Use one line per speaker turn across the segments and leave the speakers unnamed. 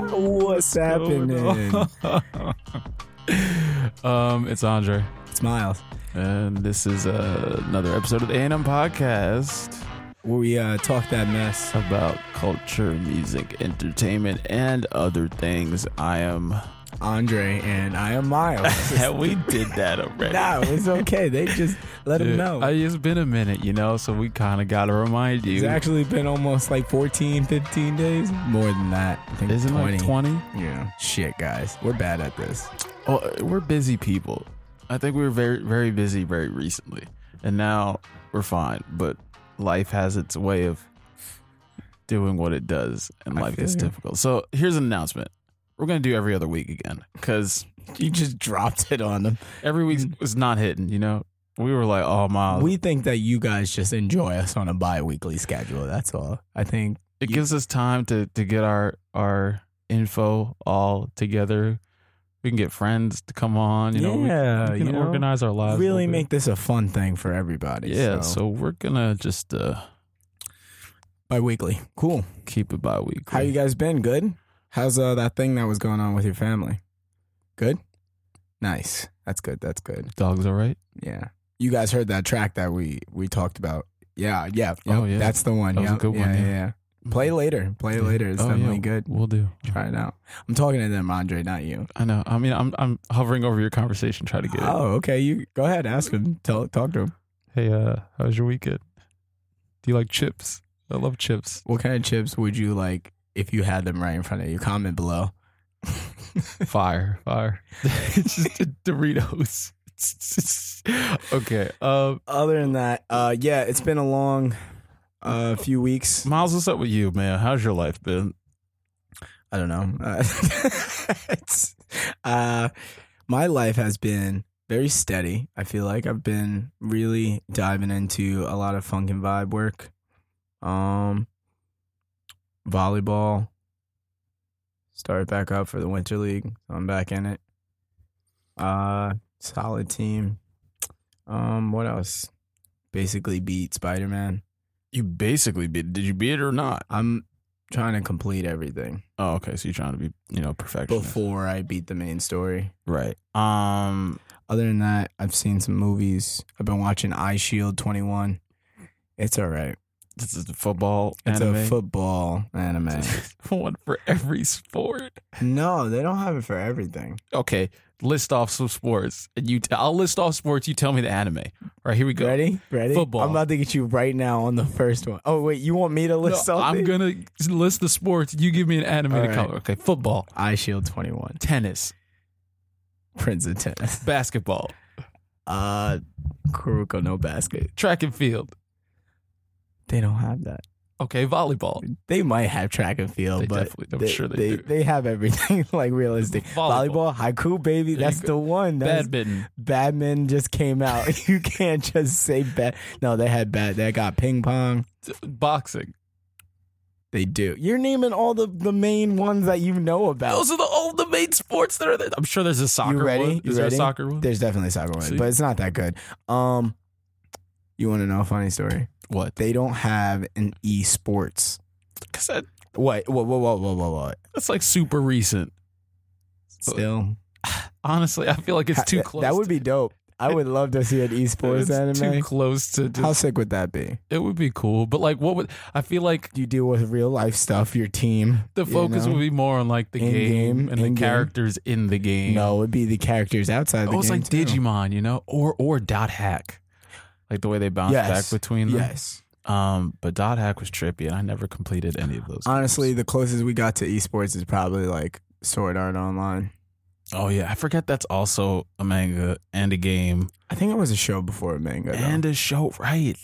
What's happening?
um, it's Andre,
It's Miles.
and this is uh, another episode of the A&M Podcast
Where we uh, talk that mess.
about culture, music, entertainment, and other things. I am.
Andre and I am Miles.
we did that already.
no, it's okay. They just let him
Dude,
know.
I- it's been a minute, you know, so we kind of got to remind you.
it's actually been almost like 14, 15 days. More than that. I think
Isn't it
20.
like 20?
Yeah. Shit, guys. We're bad at this.
Oh, we're busy people. I think we were very, very busy very recently, and now we're fine. But life has its way of doing what it does, and
I
life
feel
gets
you.
difficult. So here's an announcement: we're gonna do every other week again because
You just dropped it on them.
every week was not hitting. You know, we were like, "Oh, miles."
Mm. we think that you guys just enjoy us on a bi weekly schedule. That's all. I think
it gives us time to to get our our info all together. We can get friends to come on. You know, we-
Yeah,
we, can
you know,
organize our lives. a little
really
bit.
make this a fun thing for everybody.
Yeah, so we're gonna just uh
bi weekly. Cool.
keep it bi weekly.
How you guys been? Good. How's uh, that thing that was going on with your family? Good. Nice. That's good. That's good.
Dogs all right?
Yeah. You guys heard that track that we we talked about? Yeah. Yeah.
Oh,
Yep,
yeah.
That's the one.
That was a
Yep,
good one,
Yeah,
yeah.
yeah. yeah. Play later. Play later. It's
Oh, yeah.
definitely good.
We'll Mm-hmm. do.
Try it out. I'm talking to them, Andre, not you.
I know. I mean, I'm I'm hovering over your conversation, trying to get it.
Oh, okay. You go ahead. Ask him. Tell talk to him.
Hey, uh, how's your weekend? Do you like chips? I love chips.
What kind of chips would you like if you had them right in front of you? Comment below.
Fire, fire. it's just the Doritos. okay. Um,
Other than that, uh, yeah, it's been a long uh, few weeks.
Miles, what's up with you, man? How's your life been?
I don't know. Uh, it's, uh, my life has been very steady. I feel like I've been really diving into a lot of funk and vibe work, um, volleyball. Started back up for the winter league. So I'm back in it. Uh, solid team. Um, what else? Basically beat Spider Man.
You basically beat. Did you beat it or not?
I'm trying to complete everything
Oh, okay. So you're trying to be, you know, perfection.
before I beat the main story.
Right. Um.
other than that, I've seen some movies. I've been watching Eye Shield 21. It's all right.
This is football.
It's a
anime.
football anime.
one for every sport.
no, they don't have it for everything.
okay, list off some sports, and you. T- I'll list off sports. You tell me the anime. All right, here we go.
Ready? Ready?
Football.
I'm about to get you right now on the first one. Oh, wait, you want me to
No,
list something?
I'm gonna list the sports. You give me an anime
All
to
right.
cover. Okay, football,
Eye Shield 21.
tennis,
Prince of Tennis.
basketball,
Uh, Kuruko no Basket.
track and field.
They don't have that.
Okay, volleyball,
They might have track and field,
They
but
definitely- I'm sure they do.
They have everything like realistic. Volleyball,
Volleyball.
haiku, baby.
There you
that's
go.
the one. That's
badminton,
Badminton just came out. You can't just say bad. No, they had bad. They got ping pong.
boxing.
They do. You're naming all the, the main ones that you know about.
Those are the all the main sports that are there. I'm sure there's a soccer
ready?
one.
You
Is there
ready?
a soccer one?
There's definitely soccer one,
See?
but it's not that good. Um, you want to know a funny story?
what?
They don't have an esports.
Because that,
What? Whoa, whoa, whoa, whoa, whoa, whoa.
that's like super recent.
Still,
Honestly, I feel like it's too
That-
close.
That would be dope. I would love to see an esports
it's too
anime.
close to. Just,
How sick would that be?
it would be cool, but like, what would I feel like?
You deal with real life stuff. Your team.
The
you
focus
know?
will be more on like the
In
game,
game,
and
in game.
the characters in the game.
No, it'd be the characters outside.
it
the
was
game
like
too.
Digimon, you know, or or dot hack, like the way they bounce
Yes.
back between them.
Yes.
Um, but dot hack was trippy, and I never completed any of those.
Honestly,
games.
the closest we got to esports is probably like Sword Art Online.
oh yeah, I forget that's also a manga and a game
I think it was a show before a manga. though.
and a show. Right,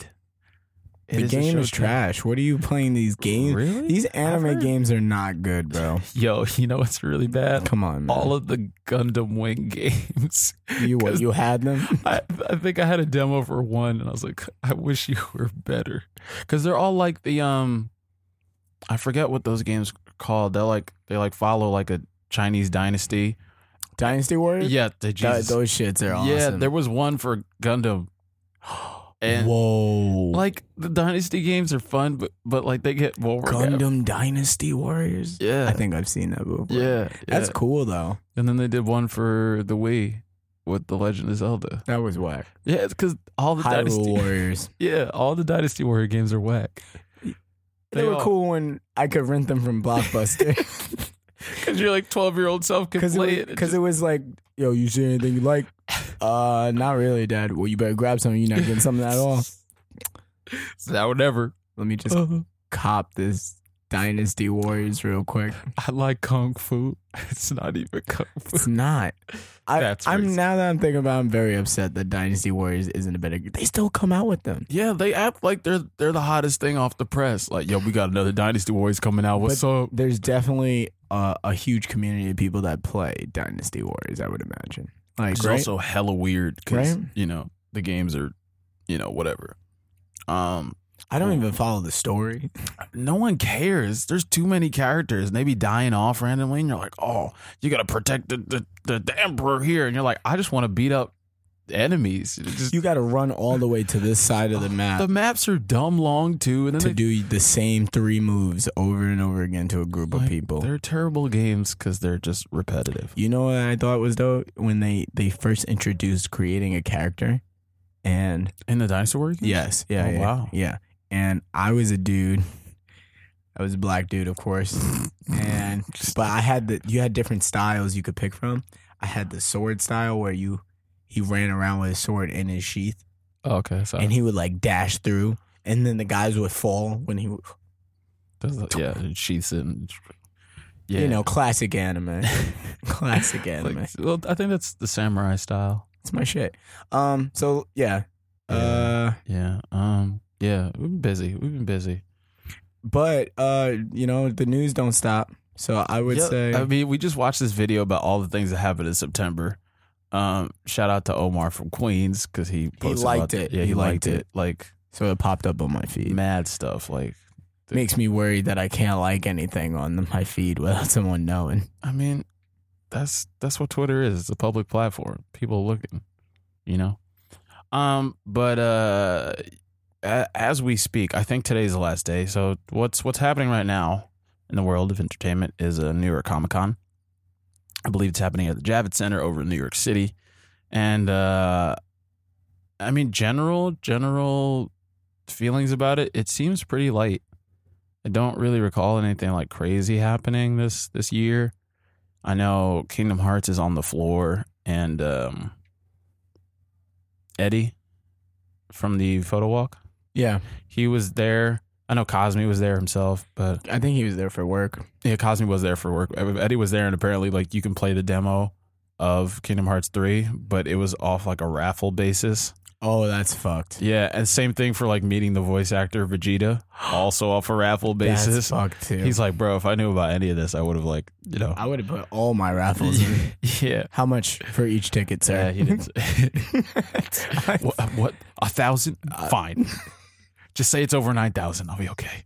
It
the
a
game
show
is
too.
trash. What are you playing these games?
Really?
These anime
Ever?
games are not good, bro.
Yo, you know what's really bad?
Come on, Oh, man.
All of the Gundam Wing games.
you what? You had them?
I, I think I had a demo for one, and I was like, I wish you were better, because they're all like the um, I forget what those games are called. They're like they like follow like a Chinese dynasty.
Dynasty Warriors?
Yeah, the
Th-
Jesus.
those shits are awesome.
Yeah, there was one for Gundam. And
Whoa.
like the dynasty games are fun, but but like they get well.
Gundam Dynasty Warriors.
Yeah.
I think I've seen that before.
yeah.
That's
yeah.
cool though.
And then they did one for the Wii with the Legend of Zelda.
That was whack.
Yeah, it's because all the
Hyrule
dynasty.
Warriors.
Yeah, all the Dynasty Warrior games are whack.
They,
They
were
are.
cool when I could rent them from Blockbuster
Because your like twelve year old self can
because
play
it,
it.
because it was like, yo, you see anything you like? Uh, not really, Dad. Well, you better grab something. You're not getting something at all. Uh-huh.
that would never.
Let me just
Uh,
cop this Dynasty Warriors real quick.
I like kung fu. It's not even kung fu.
It's not. I,
That's
I'm
racist.
now that I'm thinking about. it, I'm very upset that Dynasty Warriors isn't a better. They still come out with them.
Yeah, they act like they're they're the hottest thing off the press. Like, yo, we got another Dynasty Warriors coming out. What's up?
There's definitely a, a huge community of people that play Dynasty Warriors. I would imagine. Like
It's
right?
also hella weird because
Right?
you know the games are, you know, whatever. Um,
I don't even follow the story.
no one cares. There's too many characters, and they be dying off randomly, and you're like, oh, you gotta protect the the, the, the emperor here, and you're like, I just want to beat up enemies. It just-
You got to run all the way to this side of the map
the maps are dumb long too, and then
to
they,
do the same three moves over and over again to a group of
Like,
people.
they're terrible games because they're just repetitive.
You know what I thought was dope when they they first introduced creating a character, and
In the Dynasty Warrior, games?
Yes. Yeah.
Oh,
yeah,
wow.
Yeah. And I was a dude. I was a black dude, of course. and but I had the you had different styles you could pick from. I had the sword style where you he ran around with his sword in his sheath
Oh, okay, sorry.
and he would like dash through and then the guys would fall when he would-
Does it- yeah, and she's in. Yeah,
you know, classic anime. classic anime.
Like, well, I think that's the samurai style.
it's my shit. Um so yeah. Uh
Yeah. Um. Yeah. We've been busy. We've been busy.
but uh you know, the news don't stop. So I would
Yeah,
say
I mean, we just watched this video about all the things that happened in September. Um. Shout out to Omar from Queens because he posted
liked
about-
it.
Yeah, he,
He liked
liked it. Like
so it popped up on my feed.
mad stuff. Like
makes me worried that I can't like anything on the- my feed without someone knowing.
I mean, that's that's what Twitter is. It's a public platform. People are looking, you know. Um, but uh, a- as we speak, I think today's the last day. So what's what's happening right now in the world of entertainment is a New York Comic Con. I believe it's happening at the Javits Center over in New York City, and uh, I mean general general feelings about it. It seems pretty light. I don't really recall anything like crazy happening this this year. I know Kingdom Hearts is on the floor and um Eddie from the photo walk.
Yeah,
He was there. I know Cosme was there himself, but
I think he was there for work.
yeah, Cosme was there for work. Eddie was there and apparently like you can play the demo of Kingdom Hearts 3, but it was off like a raffle basis.
Oh, that's fucked.
Yeah, and same thing for like meeting the voice actor Vegeta, also off a raffle basis.
That's fucked too.
He's like, bro, if I knew about any of this, I would have like, you know,
I would have put all my raffles in.
yeah,
How much for each ticket, sir?
yeah, he didn't. what, uh, what? A thousand?
Uh,
Fine. Just say it's over nine thousand. I'll be okay.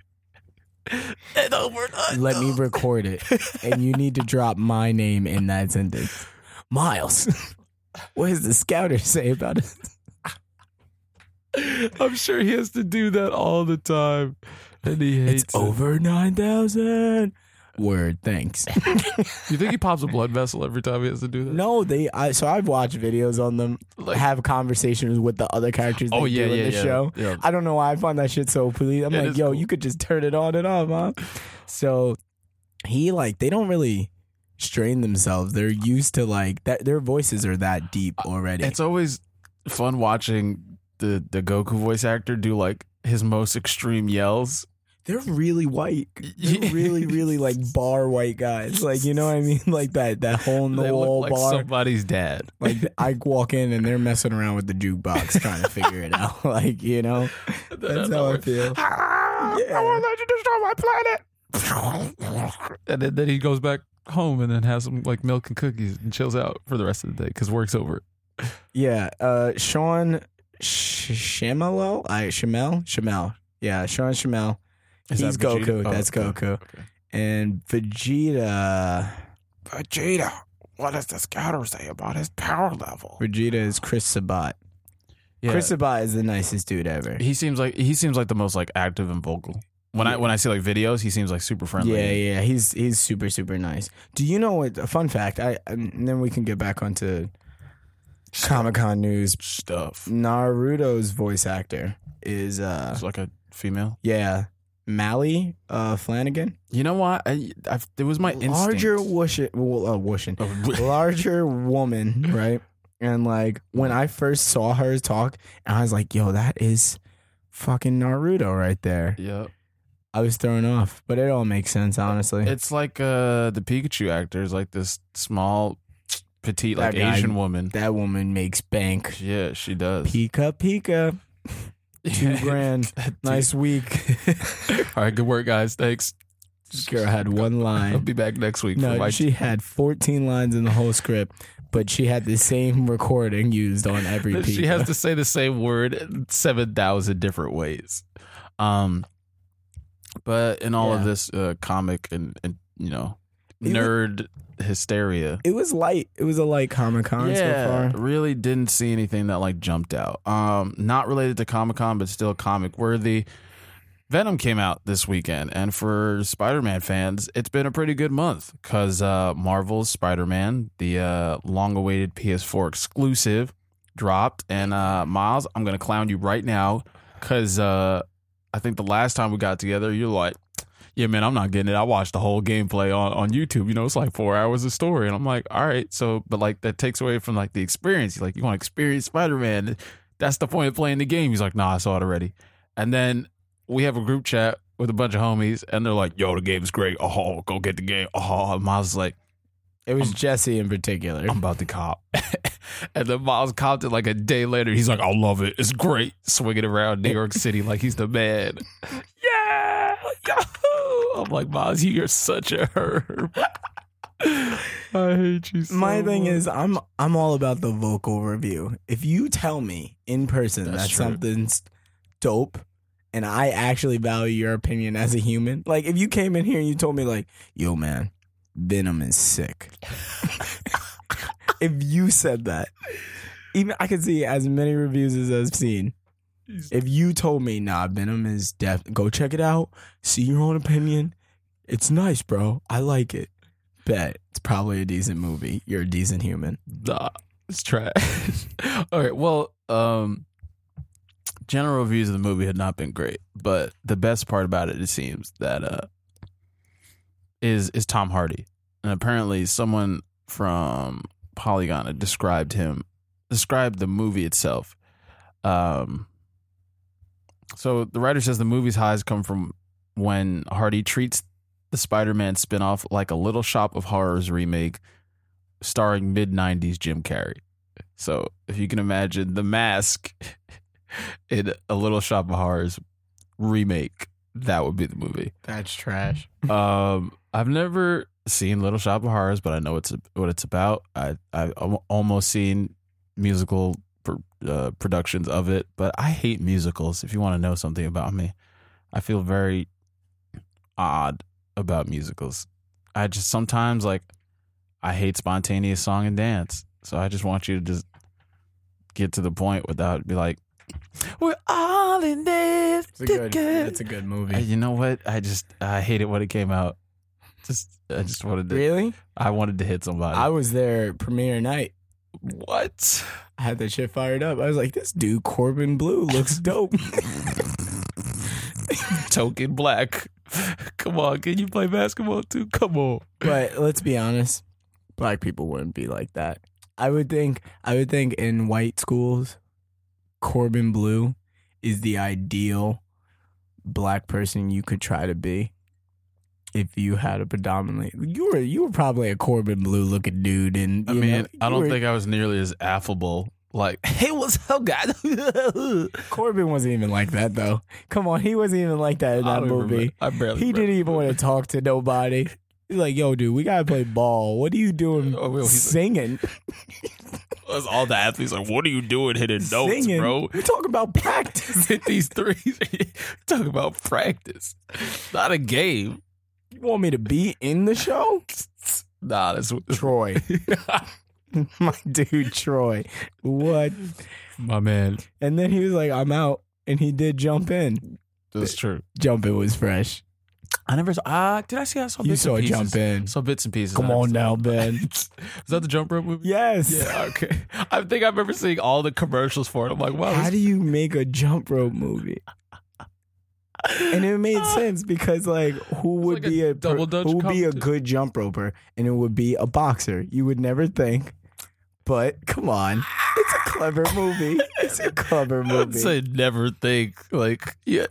And over nine.
Let me record it, and you need to drop my name in that sentence. Miles, what does the scouter say about it?
I'm sure he has to do that all the time, and he hates.
It's
it.
over nine thousand. Word, thanks.
You think he pops a blood vessel every time he has to do that?
No, they. I so I've watched videos on them
Like-
have conversations with the other characters. They
Oh, yeah,
do in
yeah,
the
yeah,
show.
yeah.
I don't know why I find that shit so pleased. I'm
It
like,
is
yo,
cool.
you could just turn it on and off, huh? So he like they don't really strain themselves. They're used to like that. Their voices are that deep already.
It's always fun watching the the Goku voice actor do like his most extreme yells.
They're really white.
Yeah.
They're really, really like bar white guys. Like you know what I mean? Like that that hole in the
they
wall
look like
bar.
somebody's dad.
like I walk in and they're messing around with the jukebox trying to figure it out. Like you know. That's how I feel.
I won't let you destroy my planet. And then, then he goes back home and then has some like milk and cookies and chills out for the rest of the day because work's over.
Yeah, uh, Sean Sh- Shamelo, I Shamel, Shamel. Yeah, Sean Shamel.
Is
He's
that Vegeta?
Goku.
Oh,
That's
okay.
Goku.
Okay.
And Vegeta.
Vegeta, what does the scouter say about his power level?
Vegeta is Chris Sabat.
Yeah.
Chris Sabat is the nicest dude ever.
he seems like he seems like the most like active and vocal. When I when I see like videos, he seems like super friendly.
Yeah, yeah, he's he's super super nice. Do you know what? A fun fact. I and then we can get back onto Comic Con news.
stuff.
Naruto's voice actor is uh
It's like a female.
yeah Mally uh, Flanagan.
You know what? I, I it was my instinct.
Larger wushin, well, uh, wushin,
Oh, w-
larger woman, right? And like when I first saw her talk, and I was like, "Yo, that is fucking Naruto right there."
yeah.
I was thrown off, but it all makes sense honestly.
It's like uh the Pikachu actor is like this small petite like
That guy.
Asian woman.
that woman makes bank.
Yeah, she does.
Pika Pika. Two grand. Nice week.
All right, good work guys. Thanks.
Girl had one
I'll
line.
be back next week for
No,
my
she had 14 lines in the whole script, but she had the same recording used on every Pika.
she has to say the same word 7,000 different ways. Um, but in all of
Yeah.
this uh, comic and, and, you know,
Even-
nerd hysteria,
it was light. It was a light Comic Con so
yeah,
far.
really didn't see anything that like jumped out. Um, not related to Comic Con, but still comic worthy. Venom came out this weekend, and for Spider-Man fans, it's been a pretty good month because uh, Marvel's Spider-Man, the uh, long-awaited PS4 exclusive, dropped. And uh, Miles, I'm gonna clown you right now because uh, I think the last time we got together, you're like. Yeah, man, I'm not getting it. I watched the whole gameplay on, on YouTube. You know, it's like four hours of story. And I'm like, all right, so, but like that takes away from like the experience. Like, you want to experience Spider Man. That's the point of playing the game. He's like, nah, I saw it already. And then we have a group chat with a bunch of homies, and they're like, yo, the game's great. Oh, go get the game. Oh, and Miles is like,
It was Jesse in particular.
I'm about to cop. and then Miles copped it like a day later. He's like, I love it. It's great. Swinging around New York City like he's the man. yeah. Yahoo! I'm like, Miles, you're such a herb. I hate you so
My thing
much.
is, I'm I'm all about the vocal review. If you tell me in person
That's
that
true.
something's dope, and I actually value your opinion as a human, like if you came in here and you told me like, "Yo, man, Venom is sick," if you said that, even I could see as many reviews as I've seen. If you told me, "Nah, Venom is def, go check it out, see your own opinion, it's nice, bro, I like it." bet it's probably a decent movie. You're a decent human.
Nah, it's trash. All right. Well, um, general reviews of the movie had not been great, but the best part about it, it seems that uh, is is Tom Hardy, and apparently someone from Polygon had described him, described the movie itself. Um, so the writer says the movie's highs come from when Hardy treats the Spider-Man spinoff like a Little Shop of Horrors remake starring mid 90s Jim Carrey. So if you can imagine the mask in a Little Shop of Horrors remake, that would be the movie.
That's trash.
Um, I've never seen Little Shop of Horrors, but I know it's what it's about. I I've al- almost seen musical pr- uh, productions of it, but I hate musicals. If you want to know something about me, I feel very odd about musicals. I just sometimes like I hate spontaneous song and dance, so I just want you to just get to the point without be like, "We're all in this
It's a good.
together."
It's a good
Uh,
movie.
you know what? I just I hate it when it came out. Just I just wanted to
Really?
I wanted to hit somebody.
I was there premiere night.
what?
I had that shit fired up. I was like, this dude Corbin Blue looks dope.
Token black. Come on, can you play basketball too? Come on.
but let's be honest, black people wouldn't be like that. I would think. I would think in white schools, Corbin Blue is the ideal black person you could try to be. If you had a predominantly, you were you were probably a Corbin Blue looking dude, and
I
you
mean,
know,
I
you
don't
were-
think I was nearly as affable. Like, hey, what's up, guys?
Corbin wasn't even like that though. Come on, he wasn't even like that in
I
that
don't even
movie.
remember. I barely.
He didn't even want to talk to nobody. He's like, "Yo, dude, we gotta play ball. What are you doing?
Oh, well, he's-
singing,
Was all the athletes like, what are you doing hitting notes,
singing,
bro?
We talk about practice.
Hit these threes. Talk about practice, not a game.
You want me to be in the show,
Nah, that's what.
Troy? my dude Troy, what?
My man,
And then he was like, I'm out. And he did jump in.
that's true.
Jump in was fresh.
I never saw. Uh, did I see? I saw.
You
bits
saw
and pieces.
jump in.
Saw bits and pieces. I
Come
never
on
saw it.
now, Ben.
Is that the jump rope movie?
yes.
Yeah. Okay. I think I remember seeing all the commercials for it. I'm like, wow.
How
this-
do you make a jump rope movie? And it made sense because like who would
like
be
a
a, per-
double dutch
who would be a
competition.
good jump roper and it would be a boxer. You would never think. But come on. It's a clever movie. It's a clever
I'd
movie.
say never think like yeah.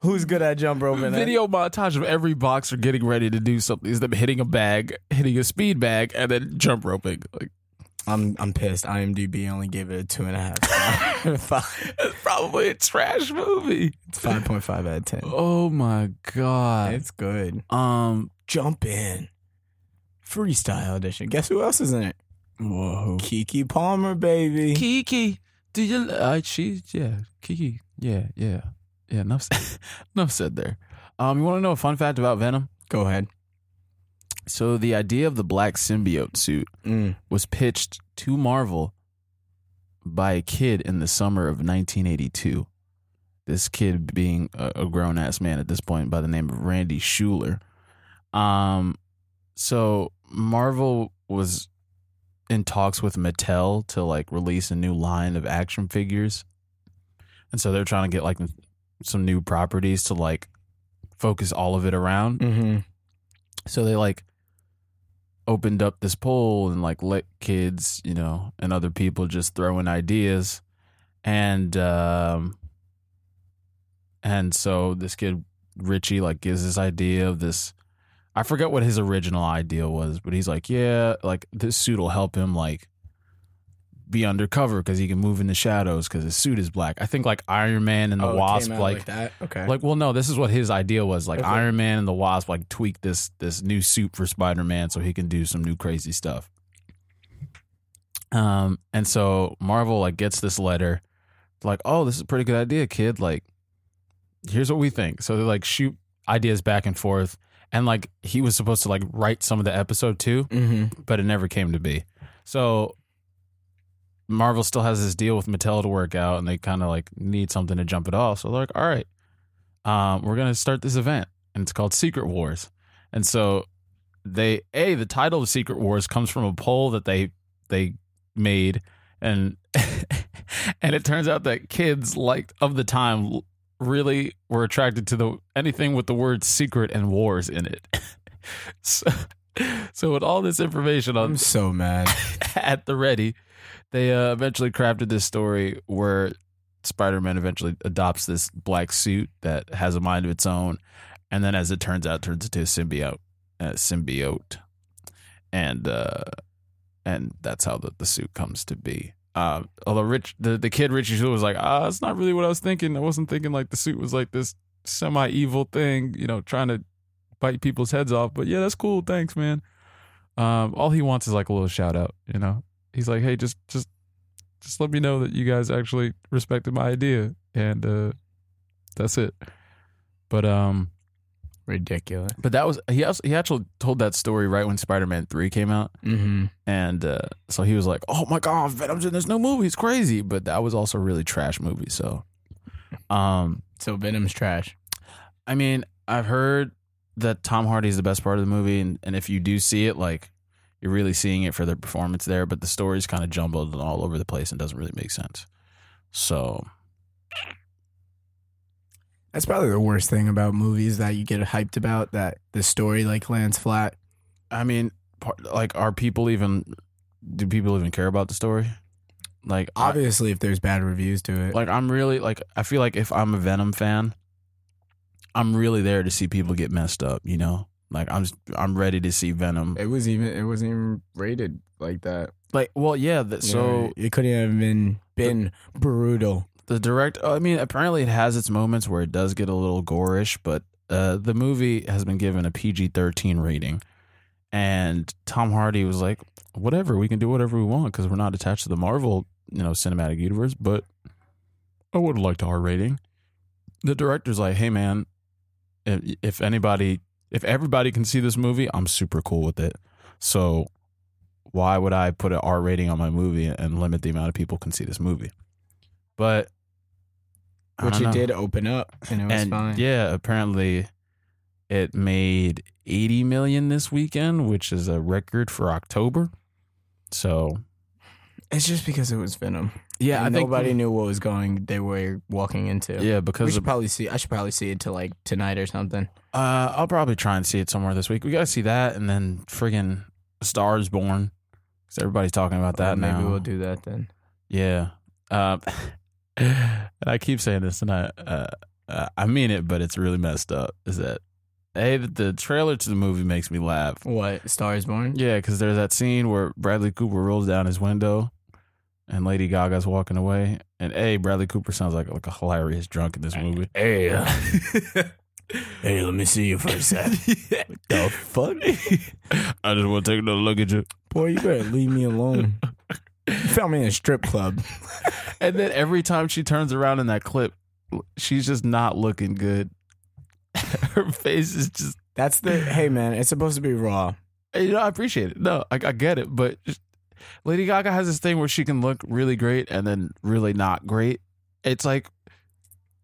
Who's good at jump roping?
Video montage of every boxer getting ready to do something is them hitting a bag, hitting a speed bag, and then jump roping. Like
I'm I'm pissed. IMDb only gave it a two and a half. Five.
it's probably a trash movie.
It's five point five out of ten.
Oh my god.
It's good.
Um.
Jump in. Freestyle edition. Guess who else is in it?
Whoa.
Kiki Palmer, baby.
Kiki, do you like she? Yeah, Kiki. Yeah, yeah, yeah. Enough, said- enough said there. Um, you want to know a fun fact about Venom?
Go ahead.
So the idea of the black symbiote suit
Mm.
was pitched to Marvel by a kid in the summer of 1982. This kid being a, a grown ass man at this point by the name of Randy Schuler. Um, so Marvel was in talks with Mattel to like release a new line of action figures, and so they're trying to get like some new properties to like focus all of it around.
Mm-hmm.
So they like opened up this poll and like let kids, you know, and other people just throw in ideas. And um and so this kid Richie like gives this idea of this I forget what his original idea was, but he's like, yeah, like this suit will help him like be undercover because he can move in the shadows because his suit is black. I think like Iron Man and
Oh,
the Wasp like
that. Okay.
like, well, no, this is what his idea was. Like
Okay.
Iron Man and the Wasp, like tweak this this new suit for Spider Man so he can do some new crazy stuff. Um, and so Marvel like gets this letter, like, oh, this is a pretty good idea, kid. Like, here's what we think. So they like shoot ideas back and forth, and like he was supposed to like write some of the episode too
mm-hmm.
but it never came to be. So Marvel still has this deal with Mattel to work out, and they kind of like need something to jump it off. So they're like, all right, um, we're gonna start this event, and it's called Secret Wars. And so they a the title of Secret Wars comes from a poll that they they made, and and it turns out that kids like of the time really were attracted to the anything with the word secret and wars in it. so, so with all this information on
I'm so mad.
at the ready. They uh, eventually crafted this story where Spider-Man eventually adopts this black suit that has a mind of its own, and then as it turns out, turns into a symbiote, a symbiote, and uh, and that's how the, the suit comes to be. Uh, although Rich, the, the kid Richie Schuler was like, ah, that's not really what I was thinking. I wasn't thinking like the suit was like this semi evil thing, you know, trying to bite people's heads off. But yeah, that's cool. Thanks, man. Um, all he wants is like a little shout out, you know. He's like, "Hey, just just just let me know that you guys actually respected my idea." And uh that's it. But um
Ridiculous.
but that was he also, he actually told that story right when Spider-Man 3 came out
Mm-hmm.
and uh so he was like, "Oh my god, Venom's in this new movie. It's crazy." But that was also a really trash movie, so um
So Venom's trash.
I mean, I've heard that Tom Hardy is the best part of the movie, and, and if you do see it, like you're really seeing it for their performance there, but the story's kind of jumbled and all over the place and doesn't really make sense. So
That's probably the worst thing about movies that you get hyped about that the story like lands flat.
I mean, par- like, are people even? Do people even care about the story? Like, I,
Obviously, if there's bad reviews to it,
like I'm really like I feel like if I'm a Venom fan, I'm really there to see people get messed up. You know, like I'm I'm ready to see Venom.
it was even it wasn't even rated like that.
Like, well, yeah. That, so
it couldn't have been been brutal.
the direct i mean apparently it has its moments where it does get a little gorish but uh, the movie has been given a pg-13 rating and tom hardy was like whatever we can do whatever we want because we're not attached to the marvel you know cinematic universe but i would have liked our rating the director's like hey man if, if anybody if everybody can see this movie i'm super cool with it so why would I put an R rating on my movie and limit the amount of people can see this movie? But I
Which
don't
it
know.
did open up, and it was
and
fine.
yeah, apparently it made 80 million this weekend, which is a record for October. So
It's just because it was Venom.
yeah,
And nobody knew what was going. They were walking into.
yeah
we
because
should
of,
probably see. I should probably see it till like tonight or something.
uh, I'll probably try and see it somewhere this week. We gotta see that, and then friggin' Stars Born because everybody's talking about that
Or maybe
now.
we'll do that then.
Yeah. Um, and I keep saying this, and I uh, uh, I mean it, but it's really messed up. Is that hey, the- the trailer to the movie makes me laugh.
What Star is Born?
Yeah, because there's that scene where Bradley Cooper rolls down his window, and Lady Gaga's walking away, and a Bradley Cooper sounds like like a hilarious drunk in this movie.
Hey, uh, hey, let me see you for a sec.
what
the fuck?
I just want to take another look at you.
Boy, you better leave me alone. You found me in a strip club.
And then every time she turns around in that clip, she's just not looking good. Her face is just
That's the hey man. It's supposed to be raw.
you know, I appreciate it. No, I, I get it, but just- Lady Gaga has this thing where she can look really great and then really not great. It's like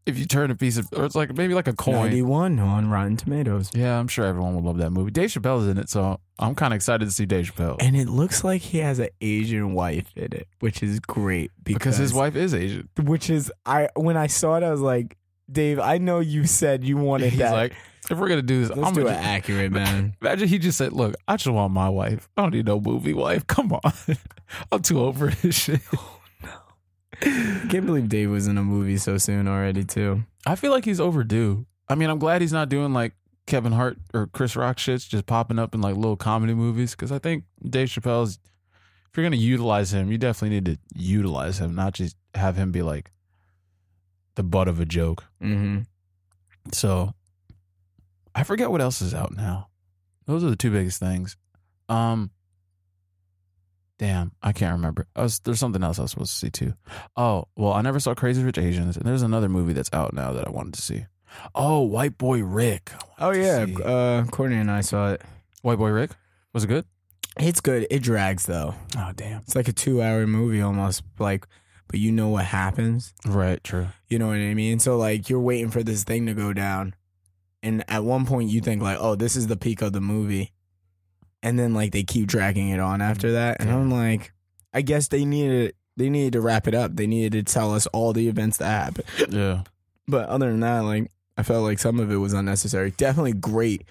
if you turn a piece of, or it's like maybe like a coin.
Ninety-one on Rotten Tomatoes,
yeah, I'm sure everyone will love that movie. Dave Chappelle's in it, so I'm kind of excited to see Dave Chappelle
and it looks like he has an Asian wife in it, which is great
because his wife is Asian.
which is I when I saw it, I was like, Dave, I know you said you wanted
He's
that.
like, if we're gonna do this,
Let's
I'm
do
gonna
it
just-
accurate, man.
Imagine he just said, "Look, I just want my wife. I don't need no movie wife. Come on, I'm too over his shit."
Oh, Can't believe Dave was in a movie so soon already too.
I feel like he's overdue. I mean, I'm glad he's not doing like Kevin Hart or Chris Rock shits, just popping up in like little comedy movies. Because I think Dave Chappelle's, if you're gonna utilize him, you definitely need to utilize him, not just have him be like the butt of a joke.
Mm-hmm.
So I forget what else is out now. Those are the two biggest things. Um Damn, I can't remember. I was, there's something else I was supposed to see too. Oh, well, I never saw Crazy Rich Asians, and there's another movie that's out now that I wanted to see. Oh, White Boy Rick. I
Oh
wanted
yeah,
to see.
uh, Courtney and I saw it.
White Boy Rick. Was it good?
It's good. It drags though.
Oh, damn.
It's like a two-hour movie almost. Like, but you know what happens.
Right. True.
You know what I mean? So like you're waiting for this thing to go down. And at one point you think like, oh, this is the peak of the movie. And then like they keep dragging it on after that. And I'm like, I guess they needed they needed to wrap it up. They needed to tell us all the events that happened.
Yeah.
But other than that, like I felt like some of it was unnecessary. Definitely great.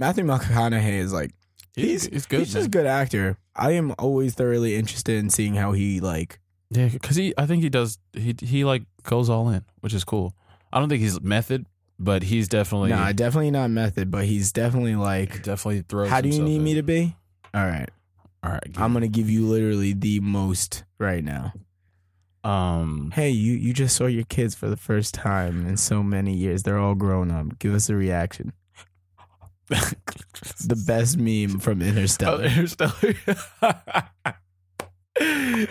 Matthew McConaughey is like He's-
he's good.
he's just a
man.
good actor. I am always thoroughly interested in seeing how he like
Yeah, because he, I think he does. He he like goes all in, which is cool. I don't think he's method, but he's definitely
Nah, definitely not method, but he's definitely
He
like
definitely throws.
How do you
himself
need
in.
me to be? All right.
All right,
I'm going to give you literally the most right now.
um.
Hey, you you just saw your kids for the first time in so many years. They're all grown up. Give us a reaction. The best meme from
Oh,
Interstellar.
Interstellar.
I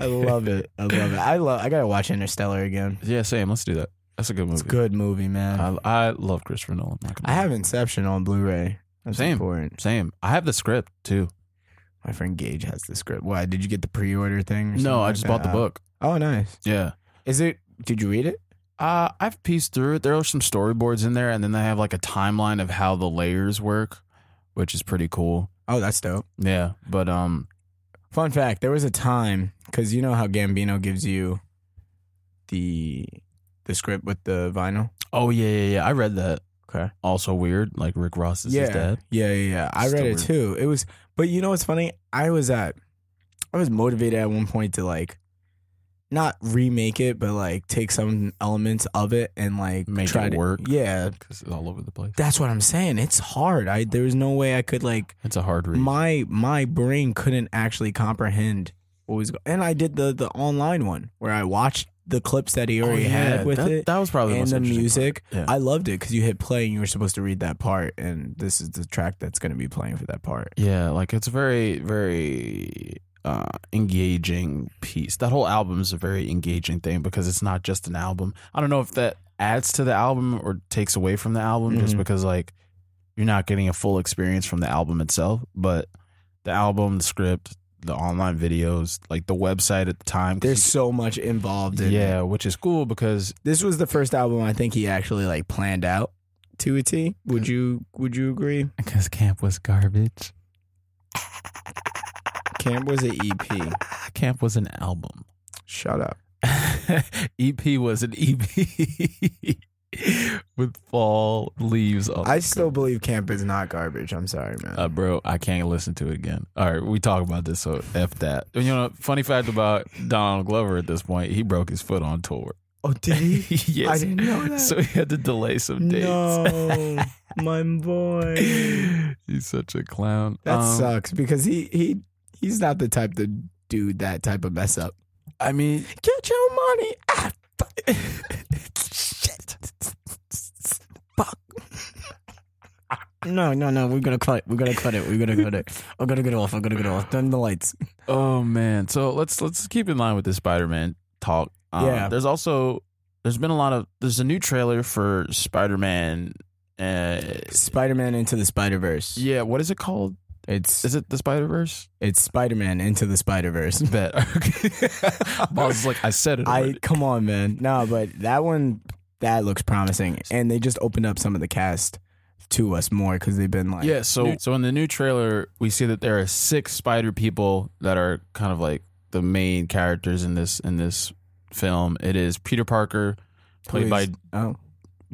love it. I love it. I love I got to watch Interstellar again.
Yeah, same. Let's do that. That's a good movie.
It's a good movie, man.
I, I love Christopher Nolan. not gonna
I
lie.
have Inception on Blu-ray. That's
Same.
important.
same. I have the script too.
My friend Gage has the script. Why? Did you get the pre-order thing? or something
No, I
like
just
that?
bought the
Oh.
book.
Oh, nice.
Yeah.
Is it Did you read it?
Uh, I've pieced through it. There are some storyboards in there, and then they have like a timeline of how the layers work, which is pretty cool.
Oh, that's dope.
Yeah, but um,
Fun fact: There was a time because you know how Gambino gives you the the script with the vinyl.
oh yeah, yeah, yeah. I read that.
Okay.
Also weird, like Rick Ross is
yeah,
his dad.
yeah, yeah, yeah. I
Still
read
weird.
it too. It was, but you know what's funny? I was at, I was motivated at one point to like, not remake it, but like take some elements of it and like
Make
try
it
to
work.
Yeah,
Because it's all over the place.
that's what I'm saying. It's hard. I there was no way I could like
It's a hard read.
my my brain couldn't actually comprehend what was going and i did the the online one where i watched the clips that he already had with
Oh, that,
it
That was probably
and
most
the
interesting
music
part.
i loved it because you hit play and you were supposed to read that part and this is the track that's going to be playing for that part
Yeah, like it's a very, very uh, engaging piece. That whole album is a very engaging thing because it's not just an album. I don't know if that adds to the album or takes away from the album, just
Mhm.
because like you're not getting a full experience from the album itself, but the album, the script, the online videos, like the website at the time. 'cause
There's
you-
so much involved in it.
yeah, which is cool because
This was the first album I think he actually like planned out to a T. Would you would you agree?
because camp was garbage.
Camp was an EP.
Ah, Camp was an album.
Shut up.
EP E was an EP with fall leaves. on
I
the
still
cover.
believe Camp is not garbage. I'm sorry, man.
Uh, bro, I can't listen to it again. All right, we talk about this, so f that. You know, funny fact about Donald Glover at this point, he broke his foot on tour.
oh, did he?
yes,
I didn't know that.
so he had to delay some dates.
no, my boy.
He's such a clown.
That
Um,
sucks because he he he's not the type to do that type of mess up.
I mean,
Get your money. Ah,
shit.
fuck. No, no, no. We're gonna cut it. We're gonna cut it. We're gonna cut it. I'm gonna get off. I'm gonna get off. Turn the lights.
Oh man. So let's let's keep in line with this Spider-Man talk. Um,
Yeah.
There's also there's been a lot of there's a new trailer for Spider-Man. Uh,
Spider-Man into the Spider-Verse.
yeah. What is it called?
It's
Is it the Spider-Verse?
it's Spider-Man into the Spider-Verse.
Bet. Boss is like, I said it.
I
already.
come on, man. No, but that one that looks promising, and they just opened up some of the cast to us more because they've been like,
yeah. So so in the new trailer, we see that there are six Spider people that are kind of like the main characters in this in this film. It is Peter Parker, played
Please.
by
oh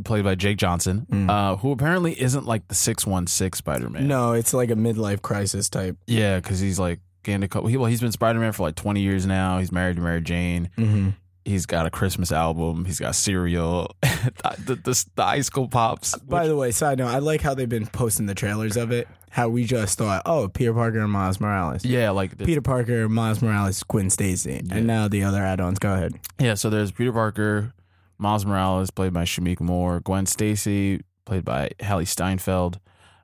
played by Jake Johnson,
Mm.
uh, who apparently isn't like the six one six Spider Man.
no, it's like a midlife crisis type.
Yeah, because he's like getting a couple. He, well, he's been Spider Man for like 20 years now. He's married to Mary Jane.
Mm-hmm.
He's got a Christmas album. He's got cereal. the, the, the, the ice cold pops.
By the way, side note, I like how they've been posting the trailers of it. How we just thought, oh, Peter Parker and Miles Morales.
yeah, like the-
Peter Parker, Miles Morales, Gwen Stacy,
Yeah.
and now the other add-ons. Go ahead.
yeah. So there's Peter Parker, Miles Morales played by Shamik Moore, Gwen Stacy played by Hallie Steinfeld,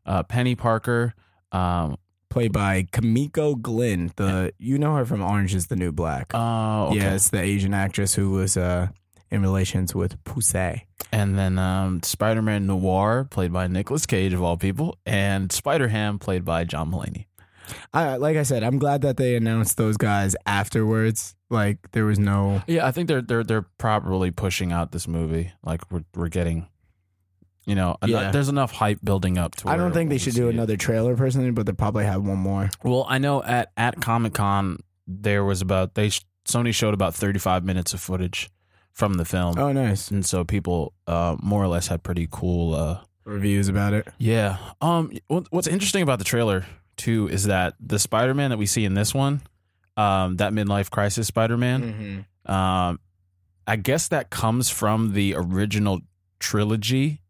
uh, Penny Parker. Um,
Played by Kamiko Glynn, the you know her from Orange Is the New Black.
oh, okay.
Yeah, it's the Asian actress who was uh, in relations with Pusey.
And then um, Spider Man Noir played by Nicolas Cage of all people, and Spider Ham played by John Mulaney.
I like I said, I'm glad that they announced those guys afterwards. Like there was no
Yeah, I think they're they're they're properly pushing out this movie. Like we're we're getting, you know, eno-
Yeah.
there's enough hype building up to.
I don't
where
think they
we'll
should
see
do
it.
another trailer personally, but they probably have one more.
Well, I know at at Comic Con there was about they sh- Sony showed about 35 minutes of footage from the film,
Oh nice.
and so people uh, more or less had pretty cool. Uh,
Reviews about it.
yeah. Um. what- What's interesting about the trailer too is that the Spider Man that we see in this one, um, that midlife crisis Spider Man,
Mm-hmm.
Um, I guess that comes from the original trilogy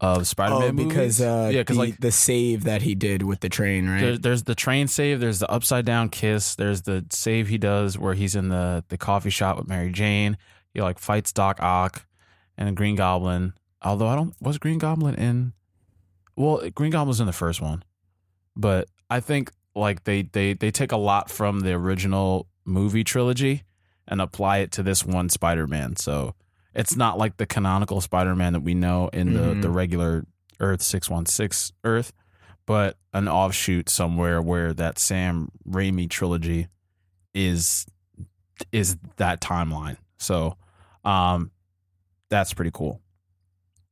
of Spider-Man
Oh,
movies.
because uh,
yeah,
the,
because like
the save that he did with the train, right?
there, there's the train save, there's the upside down kiss, there's the save he does where he's in the the coffee shop with Mary Jane. He like fights Doc Ock and the Green Goblin. Although I don't was Green Goblin in. Well, Green Goblin's in the first one, but I think like they they they take a lot from the original movie trilogy and apply it to this one Spider-Man. So it's not like the canonical Spider-Man that we know in
Mhm.
the the regular Earth six one six Earth, but an offshoot somewhere where that Sam Raimi trilogy is is that timeline. So um that's pretty cool.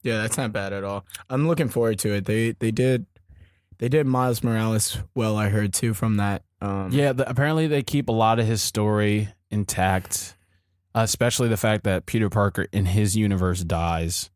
Yeah, that's not bad at all. I'm looking forward to it. They they did they did Miles Morales well. I heard too from that. Um,
Yeah, the, apparently they keep a lot of his story intact, especially the fact that Peter Parker in his universe dies.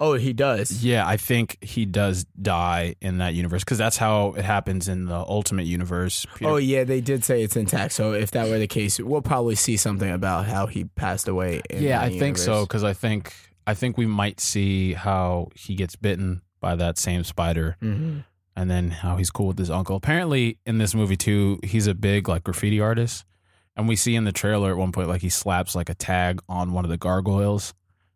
Oh, he does.
Yeah, I think he does die in that universe because that's how it happens in the Ultimate Universe. Peter-
Oh yeah, they did say it's intact. So if that were the case, we'll probably see something about how he passed away. In
yeah,
the
I think so
universe.
because I think I think we might see how he gets bitten by that same spider,
Mhm.
and then how he's cool with his uncle. Apparently, in this movie too, he's a big like graffiti artist, and we see in the trailer at one point like he slaps like a tag on one of the gargoyles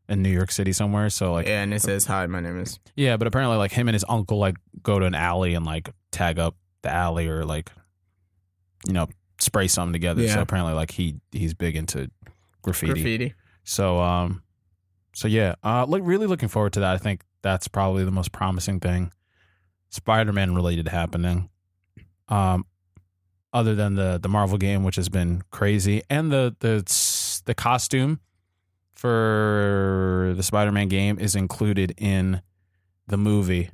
in New York City somewhere. So like
Yeah, and it says hi. My name is.
Yeah, but apparently, like him and his uncle, like go to an alley and like tag up the alley or like, you know, spray something together.
Yeah.
So apparently, like he he's big into graffiti. So um, so yeah, uh, look, really looking forward to that. I think that's probably the most promising thing, Spider Man related happening. Um, other than the the Marvel game, which has been crazy, and the the the costume for the Spider Man game is included in the movie.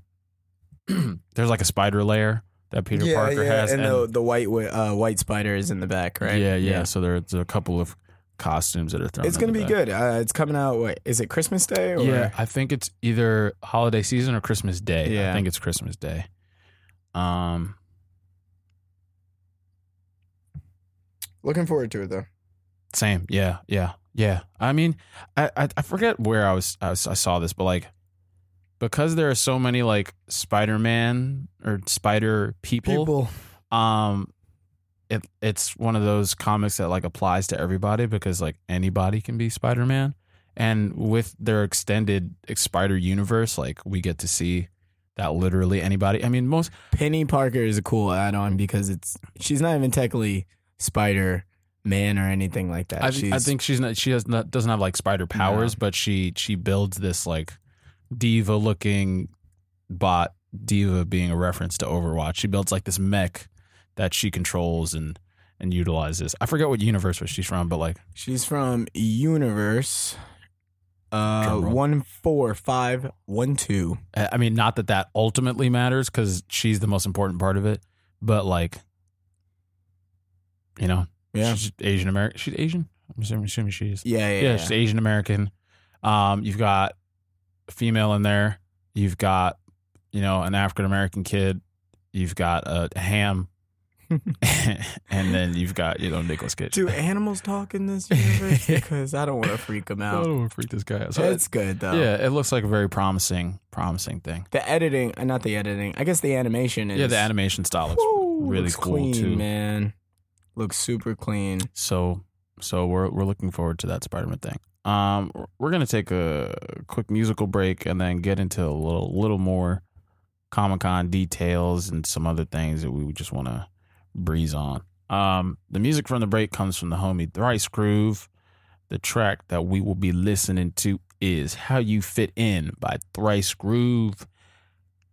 There's like a spider layer that Peter
yeah,
Parker
yeah.
has,
and, the, the white wi- uh, white spider is in the back, right?
yeah, yeah, So there's a couple of costumes that are thrown.
It's gonna
into
be
that.
good. Uh, it's coming out. What is it? Christmas Day? Or?
Yeah, I think it's either holiday season or Christmas Day. I
Yeah.
think it's Christmas Day. Um,
looking forward to it though.
same. Yeah, yeah, yeah. I mean, I I, I forget where I was, I was I saw this, but like because there are so many like Spider Man or Spider people, um, it it's one of those comics that like applies to everybody because like anybody can be Spider Man, and with their extended Spider universe, like we get to see that literally anybody. I mean, most
Penny Parker is a cool add-on because it's she's not even technically Spider Man or anything like that.
I,
she's,
I think she's not. She has not, doesn't have like spider powers, but she she builds this like diva looking bot. Diva being a reference to Overwatch. She builds like this mech that she controls and and utilizes. I forget what universe was she's from, but like
she's from Universe. Uh,
Drum roll.
one four five one two.
I I mean, not that that ultimately matters because she's the most important part of it, but like you know,
Yeah,
she's Asian American. She's Asian. I'm assuming, assuming she is.
yeah, yeah.
yeah, she's Asian American. Um, you've got a female in there. You've got you know an African American kid. You've got a ham, and then you've got you know Nicholas Cage.
Do animals talk in this universe? Because I don't want to freak them
I
out.
don't want to freak this guy out. So
It's good though.
yeah, it looks like a very promising, promising thing.
The editing, uh, not the editing. I guess the animation is.
Yeah, the animation style looks
Woo,
really
looks
cool
clean,
too.
Man, looks super clean.
So so we're we're looking forward to that Spider-Man thing. Um we're going to take a quick musical break and then get into a little little more Comic-Con details and some other things that we just want to breeze on. Um the music from the break comes from the homie Thrice Groove. The track that we will be listening to is How You Fit In by Thrice Groove,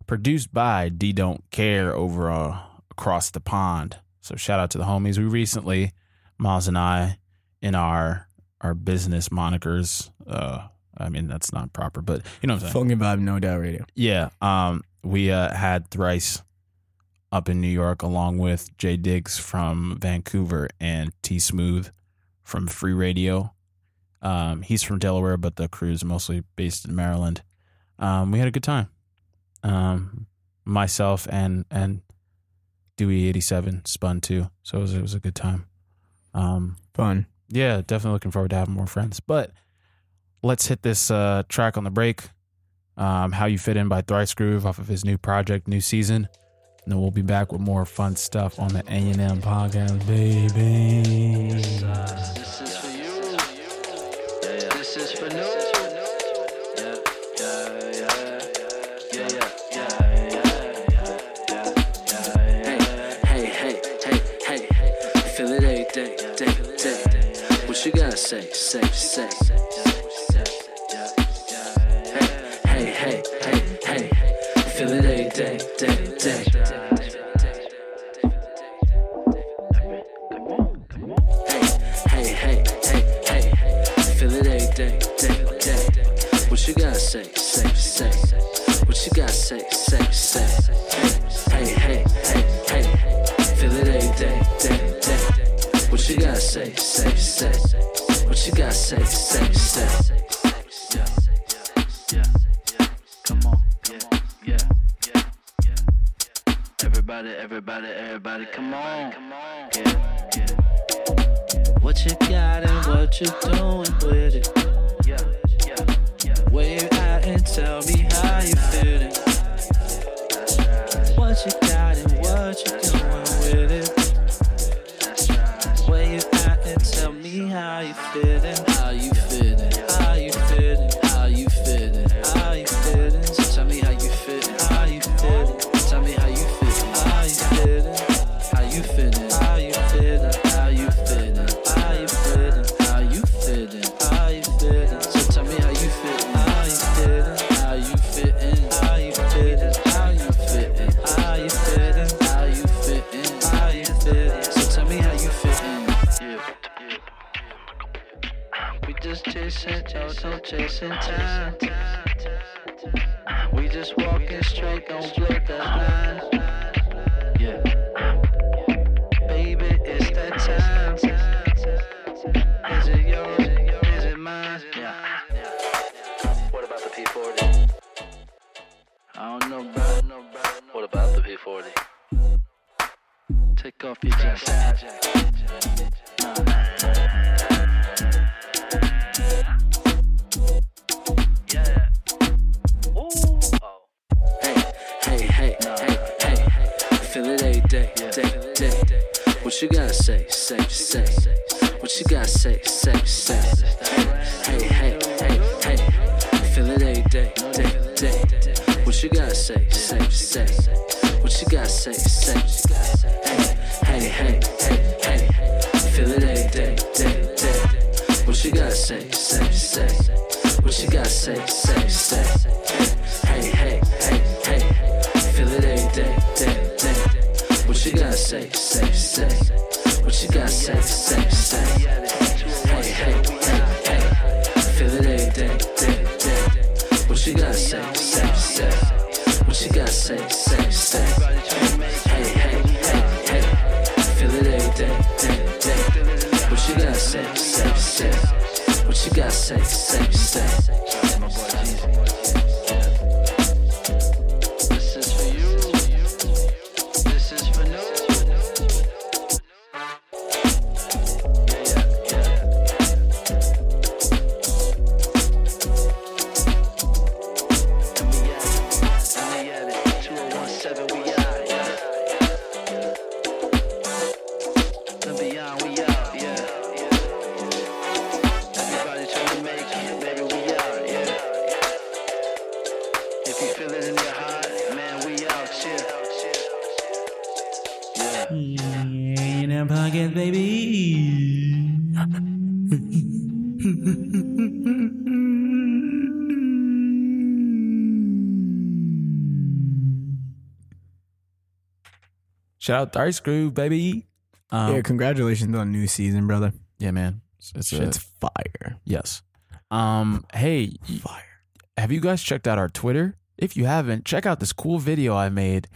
produced by D Don't Care over uh, across the pond. So shout out to the homies. We recently Miles and I in our our business monikers. Uh, I mean that's not proper, but you know what I'm saying.
Funky vibe, no doubt radio.
Yeah. Um, we uh, had thrice up in New York along with Jay Diggs from Vancouver and T Smooth from Free Radio. Um, he's from Delaware, but the crew's mostly based in Maryland. Um, we had a good time. Um, myself and and Dewey eighty seven spun too, so it was it was a good time. Um,
Fun.
yeah, definitely looking forward to having more friends. But let's hit this uh, track on the break. Um, How You Fit In by Thrice Groove off of his new project, new season. And then we'll be back with more fun stuff on the A&M podcast, baby.
This is for you. This is for new. Yeah, yeah, yeah. Yeah, yeah, yeah, yeah, yeah, yeah, yeah. Hey, hey, hey, hey, hey. Feel it every day, day, day. What you gotta say, say, say. Hey, hey, hey, hey, hey. Feel it every day, day, day. Hey, hey, hey, hey, hey, hey. Feel it every day, day, day. What you gotta say, say, say. What you gotta say, say, say. Hey, hey, hey, hey, hey. Feel it every day, day, day. What you gotta say, say, say. What you gotta say, say, say. Yeah, yeah, yeah. Come on, come on, yeah, yeah, yeah. Everybody, everybody, everybody, come on. Yeah, yeah. What you got and what you doing with it? Yeah, yeah, yeah. Wave out and tell me how you feeling. What you got and what you doing with it? Wave out and tell me how you feeling. How you feeling? How you feeling? How you feeling? How you feeling? Tell me how you feeling. How you feeling? Tell me how you feeling. How you feeling? How you feeling? How you feeling? How you feeling? How you feeling? How you feeling? How you feeling? wasting time. We just walking straight, don't break the line. Yeah. Baby, it's that time. Is it yours? Is it mine? What about the P40? I don't know, bro. What about the P40? Take off your jacket. Yeah. Ooh. Oh. Hey, hey, hey, hey, hey, hey. Feel it every day, day, day. What you gotta say, say, say. What you gotta say, say, say. Hey, hey, hey, hey, hey. Feel it every day, day, day. What you gotta say, say, say. What you gotta say, say. Hey, hey, hey, hey, hey. Feel it every day, day, day. What you gotta say, say, say. What you gotta say, say, say. Hey, hey, hey, hey, hey. Feel it every day, day, day. What you gotta say, say, say. What you gotta say, say, say. Hey, hey, hey, hey. Feel it every day, day, day. What you gotta say, say, say. What you gotta say, say, say. Hey, hey, hey, hey. Feel it every day, day, day. What you gotta say, say, say. What you gotta say, say, say. This is for you. This is for no. Yeah, yeah, yeah. And we at it. And we at it. 2017, we out. Yeah. And beyond, we out. Yeah. Everybody trying to make it. Baby, we out. Yeah. If you feel it in your heart, man, we out. Yeah. Yeah.
In a pocket, baby.
Shout out Dice Groove, baby. Um,
yeah, congratulations on new season, brother.
yeah, man. It's, it's a-
Shit's fire.
yes. Um, hey, y-
Fire.
have you guys checked out our Twitter? If you haven't, check out this cool video I made.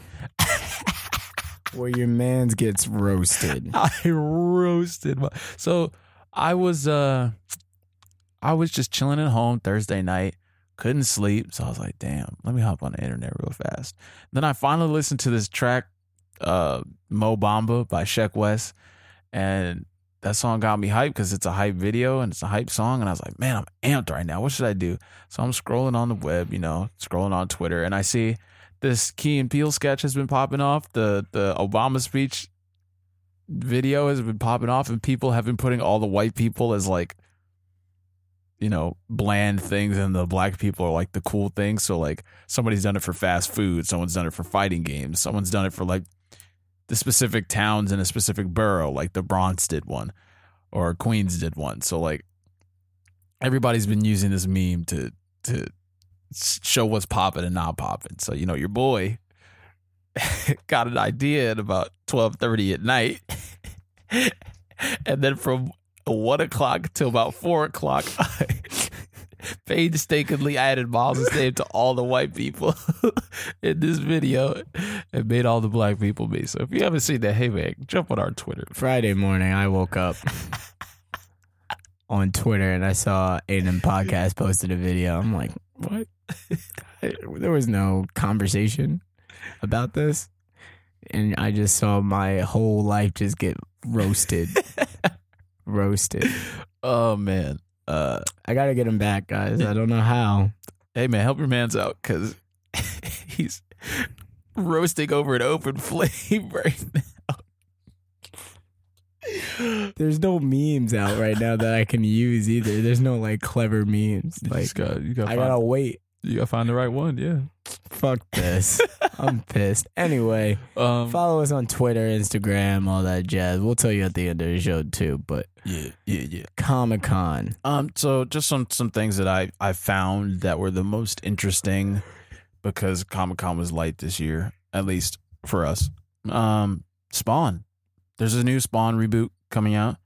Where your man's gets roasted.
I roasted my. So I was uh, I was just chilling at home Thursday night. Couldn't sleep, so I was like, "Damn, let me hop on the internet real fast." Then I finally listened to this track, uh, "Mo Bamba" by Sheck West, and that song got me hyped because it's a hype video and it's a hype song. And I was like, "Man, I'm amped right now. What should I do?" So I'm scrolling on the web, you know, scrolling on Twitter, and I see this Key and Peele sketch has been popping off. The the Obama speech video has been popping off and people have been putting all the white people as like you know bland things and the black people are like the cool things so like somebody's done it for fast food someone's done it for fighting games someone's done it for like the specific towns in a specific borough like the bronx did one or queens did one so like everybody's been using this meme to to s- show what's popping and not popping so you know your boy got an idea at about 12.30 at night and then from 1 o'clock till about 4 o'clock I painstakingly added miles' name to all the white people in this video and made all the black people me so if you haven't seen that hey man jump on our twitter
Friday morning, I woke up on Twitter and I saw Aiden Podcast posted a video. I'm like, what? there was no conversation about this. And I just saw my whole life just get roasted. roasted.
oh man uh
I got to get him back, guys. I don't know how.
hey man help your man's out because he's roasting over an open flame right now
There's no memes out right now that I can use either. There's no like clever memes.
You
Like,
just gotta- you gotta
I
find-
got to wait.
You gotta find the right one, yeah.
Fuck this. I'm pissed. Anyway.
Um,
Follow us on Twitter, Instagram, all that jazz. We'll tell you at the end of the show too. But
yeah, yeah, yeah.
Comic Con,
Um, so just some some things that I I found that were the most interesting because Comic Con was light this year, at least for us. Um, Spawn. There's a new Spawn reboot coming out,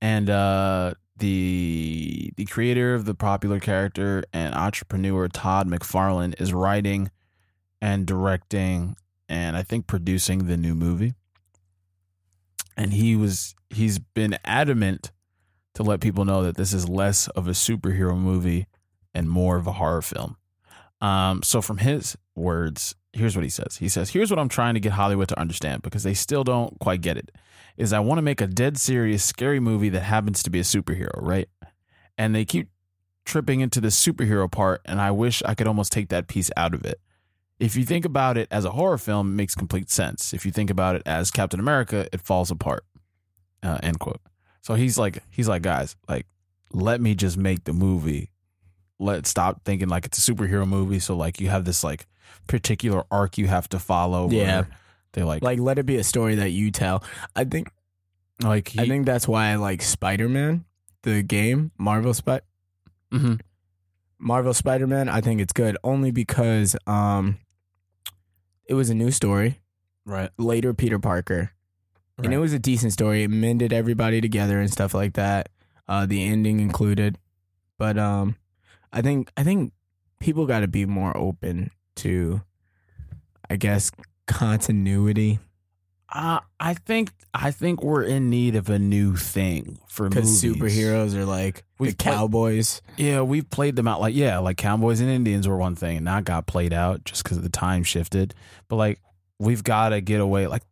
and uh, the the creator of the popular character and entrepreneur Todd McFarlane is writing and directing and I think producing the new movie. And he was he's been adamant to let people know that this is less of a superhero movie and more of a horror film. Um, so from his words, here's what he says. He says, "Here's what I'm trying to get Hollywood to understand because they still don't quite get it. Is I want to make a dead serious scary movie that happens to be a superhero, right? And they keep tripping into the superhero part and I wish I could almost take that piece out of it. If you think about it as a horror film, it makes complete sense. If you think about it as Captain America, it falls apart." Uh, end quote. So he's like he's like guys, like let me just make the movie let stop thinking like it's a superhero movie. So like you have this like particular arc you have to follow. where
Yeah.
they like like,
Like, let it be a story that you tell. I think
he-
I think that's why I like Spider Man, the game Marvel Spy
Mhm.
Marvel Spider Man. I think it's good only because um, it was a new story.
right
Later, Peter Parker, and it
Right.
was a decent story. It mended everybody together and stuff like that. Uh, the ending included, but um, I think I think people got to be more open to, I guess, continuity.
Uh, I think I think we're in need of a new thing for
because
movies.
superheroes are like
We've
the
played-
cowboys.
Yeah, we've played them out like yeah, like Cowboys and Indians were one thing, and that got played out just because the time shifted. But like we've got to get away. Like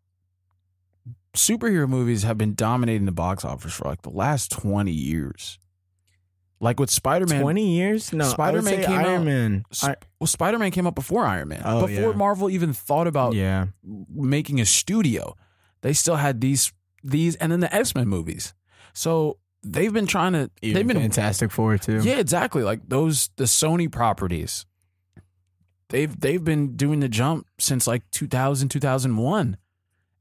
superhero movies have been dominating the box office for like the last twenty years. Like with Spider Man,
Twenty years? No,
Spider-Man
Spider-Man
came
Iron
out-
Man.
Sp- well, Spider Man came out before Iron Man.
Oh,
before
yeah.
Marvel even thought about
yeah,
making a studio, they still had these these, and then the X Men movies. So they've been trying to.
even
they've been
Fantastic Four too.
yeah, exactly. Like those the Sony properties. They've they've been doing the jump since like 2000 2001.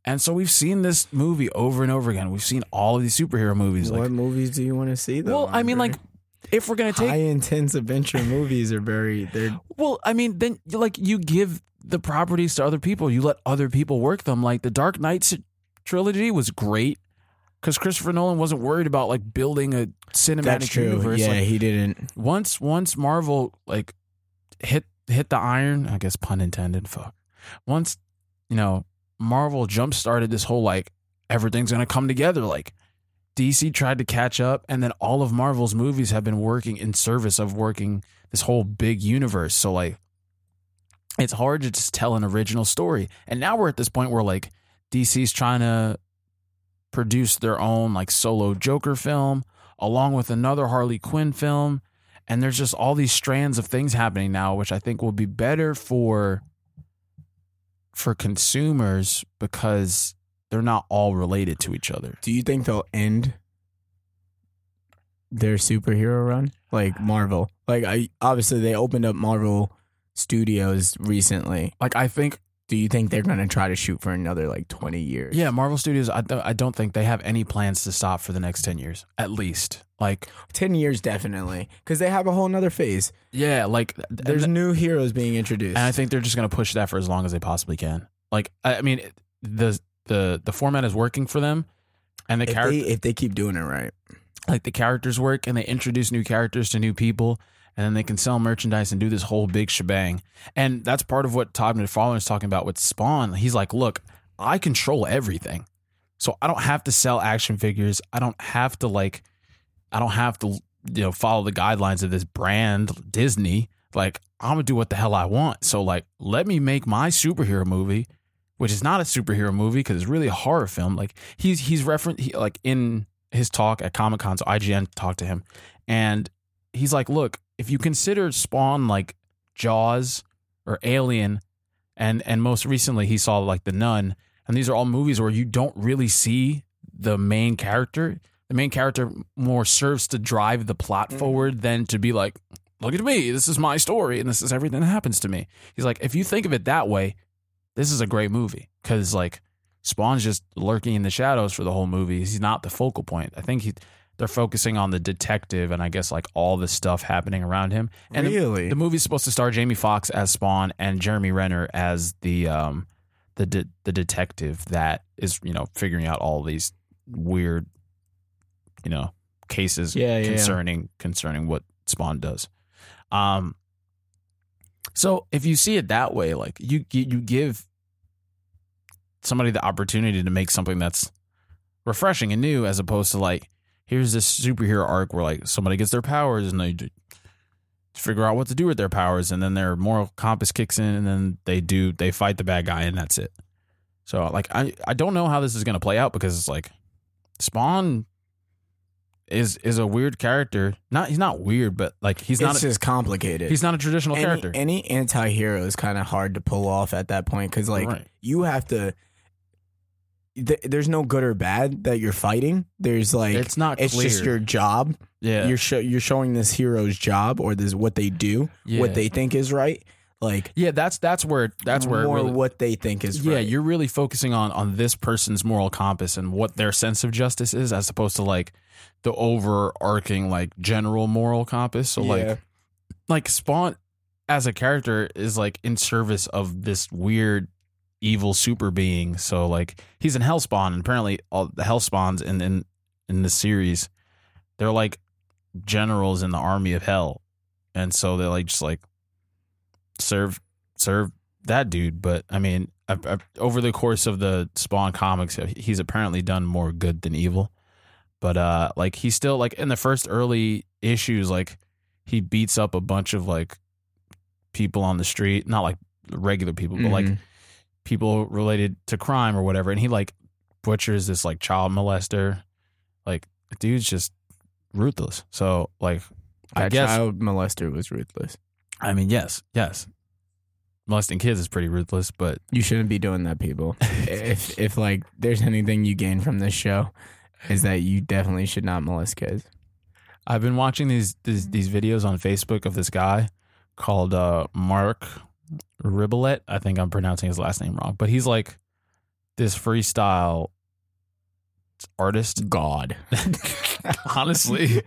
And so we've seen this movie over and over again. We've seen all of these superhero movies
what
like
movies do you want to see? Though,
Well, I mean like
Andre?
if we're going to take
high intense adventure movies are very they're
Well, I mean then like you give the properties to other people. You let other people work them. Like the Dark Knights trilogy was great cuz Christopher Nolan wasn't worried about like building a cinematic universe
Yeah,
like,
he didn't.
once once Marvel like hit hit the iron, I guess pun intended, fuck. Once, you know, Marvel jump started this whole like everything's gonna come together, like DC tried to catch up, and then all of Marvel's movies have been working in service of working this whole big universe. So like it's hard to just tell an original story. And now we're at this point where like DC's trying to produce their own like solo Joker film along with another Harley Quinn film. And there's just all these strands of things happening now, which I think will be better for for consumers because they're not all related to each other.
Do you think they'll end their superhero run? Like Marvel. Like I obviously they opened up Marvel Studios recently.
Like I think,
Do you think they're gonna try to shoot for another like twenty years?
yeah, Marvel Studios. I th- I don't think they have any plans to stop for the next ten years, at least. Like
10 years definitely because they have a whole nother phase
yeah, like th-
there's new heroes being introduced
and I think they're just going to push that for as long as they possibly can. Like I, I mean, it- the the the format is working for them, and the
if,
character
they, if they keep doing it right
like the characters work and they introduce new characters to new people and then they can sell merchandise and do this whole big shebang. And that's part of what Todd McFarlane is talking about with Spawn. He's like, look, I control everything. So I don't have to sell action figures. I don't have to like I don't have to you know follow the guidelines of this brand Disney. Like I'm going to do what the hell I want. So like let me make my superhero movie which is not a superhero movie because it's really a horror film. Like he's he's referenced he, like in his talk at Comic Con, so IGN talked to him, and he's like, "Look, if you consider Spawn like Jaws or Alien, and and most recently he saw like The Nun, and these are all movies where you don't really see the main character. The main character more serves to drive the plot forward than to be like." Look at me. This is my story, and this is everything that happens to me. He's like, if you think of it that way, this is a great movie because like Spawn's just lurking in the shadows for the whole movie. He's not the focal point. I think he, they're focusing on the detective and I guess like all the stuff happening around him. And the-
really
the, movie's supposed to star Jamie Foxx as Spawn and Jeremy Renner as the um the de- the detective that is you know figuring out all these weird you know cases
Yeah, yeah, yeah.
concerning concerning what Spawn does. Um, so if you see it that way, like you you you give somebody the opportunity to make something that's refreshing and new, as opposed to like here's this superhero arc where like somebody gets their powers and they d- figure out what to do with their powers, and then their moral compass kicks in, and then they do they fight the bad guy, and that's it. So like I I don't know how this is gonna play out because it's like Spawn is is a weird character. Not he's not weird, but like he's
It's
not a,
just complicated.
he's not a traditional
any,
character.
Any anti-hero is kind of hard to pull off at that point because like
Right.
you have to. Th- there's no good or bad that you're fighting. There's like
it's not
it's
clear.
just your job.
yeah.
You're sho- you're showing this hero's job or this what they do,
Yeah.
what they think is right. Like
yeah, that's that's where that's where it
more
really-
what they think is
yeah,
right.
you're really focusing on on this person's moral compass and what their sense of justice is, as opposed to like the overarching like general moral compass. So
Yeah.
like like Spawn as a character is like in service of this weird evil super being. So like he's in Hellspawn, and apparently all the Hellspawns in in in the series, they're like generals in the army of hell, and so they're like just like serve serve that dude. But I mean, I, I, over the course of the Spawn comics, uh, he's apparently done more good than evil. But uh, like he's still like in the first early issues, like he beats up a bunch of like people on the street, not like regular people, but like
Mhm.
people related to crime or whatever. And he like butchers this like child molester. Like dude's just ruthless. So like
that
I guess
child molester was ruthless.
I mean yes, yes. Molesting kids is pretty ruthless, but
You shouldn't be doing that, people. if if like there's anything you gain from this show, is that you definitely should not molest kids.
I've been watching these these, these videos on Facebook of this guy called uh, Mark Ribolet. I think I'm pronouncing his last name wrong, but he's like this freestyle artist god. Honestly,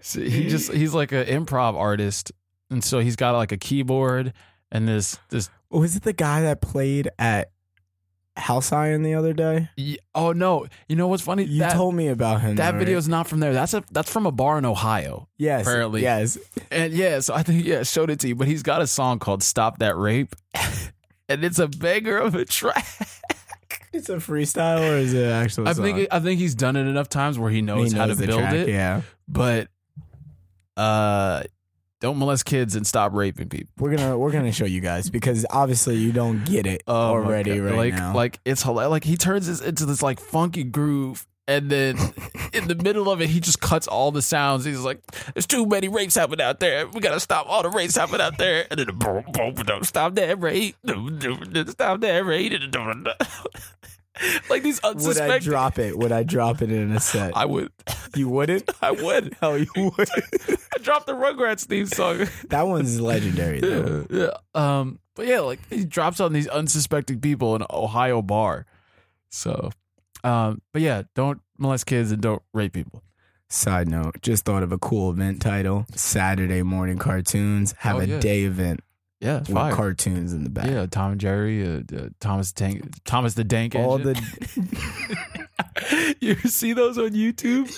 So he just he's like an improv artist, and so he's got like a keyboard and this this.
Was it the guy that played at Halcyon the other day?
y- Oh no! You know what's funny?
You
that
told me about him.
that
though,
video
right?
is not from there. That's a that's from a bar in Ohio.
yes,
apparently-
yes.
And yeah, so I think yeah, I showed it to you, but he's got a song called "Stop That Rape," and it's a beggar of a track.
It's a freestyle or is it uh, actually?
I think I think he's done it enough times where he knows, how to build it.
Yeah,
But uh, don't molest kids and stop raping people.
we're gonna we're gonna show you guys because obviously you don't get it
Oh my
already
God.
right
like,
now.
Like it's hilarious. Like he turns this into this like funky groove, and then in the middle of it, he just cuts all the sounds. He's like, "There's too many rapes happening out there. We gotta stop all the rapes happening out there." And then boom, boom, don't stop that rape. Don't- don't Stop that rape. Like these
would I
unsuspecting.
drop it? Would I drop it in a set?
I would.
you wouldn't.
I would.
Hell, you would.
I dropped the Rugrats theme song.
that one's legendary though.
yeah. yeah. Um, but yeah, like he drops on these unsuspecting people in an Ohio bar. So, um, but yeah, don't molest kids and don't rape people.
Side note: Just thought of a cool event title: Saturday morning cartoons. Have
Oh,
a
yeah.
day event
Yeah, it's
with
fire.
cartoons in the back.
yeah, Tom and Jerry, uh, uh, Thomas Tank, Thomas the Dank.
All
Engine. you see those on YouTube?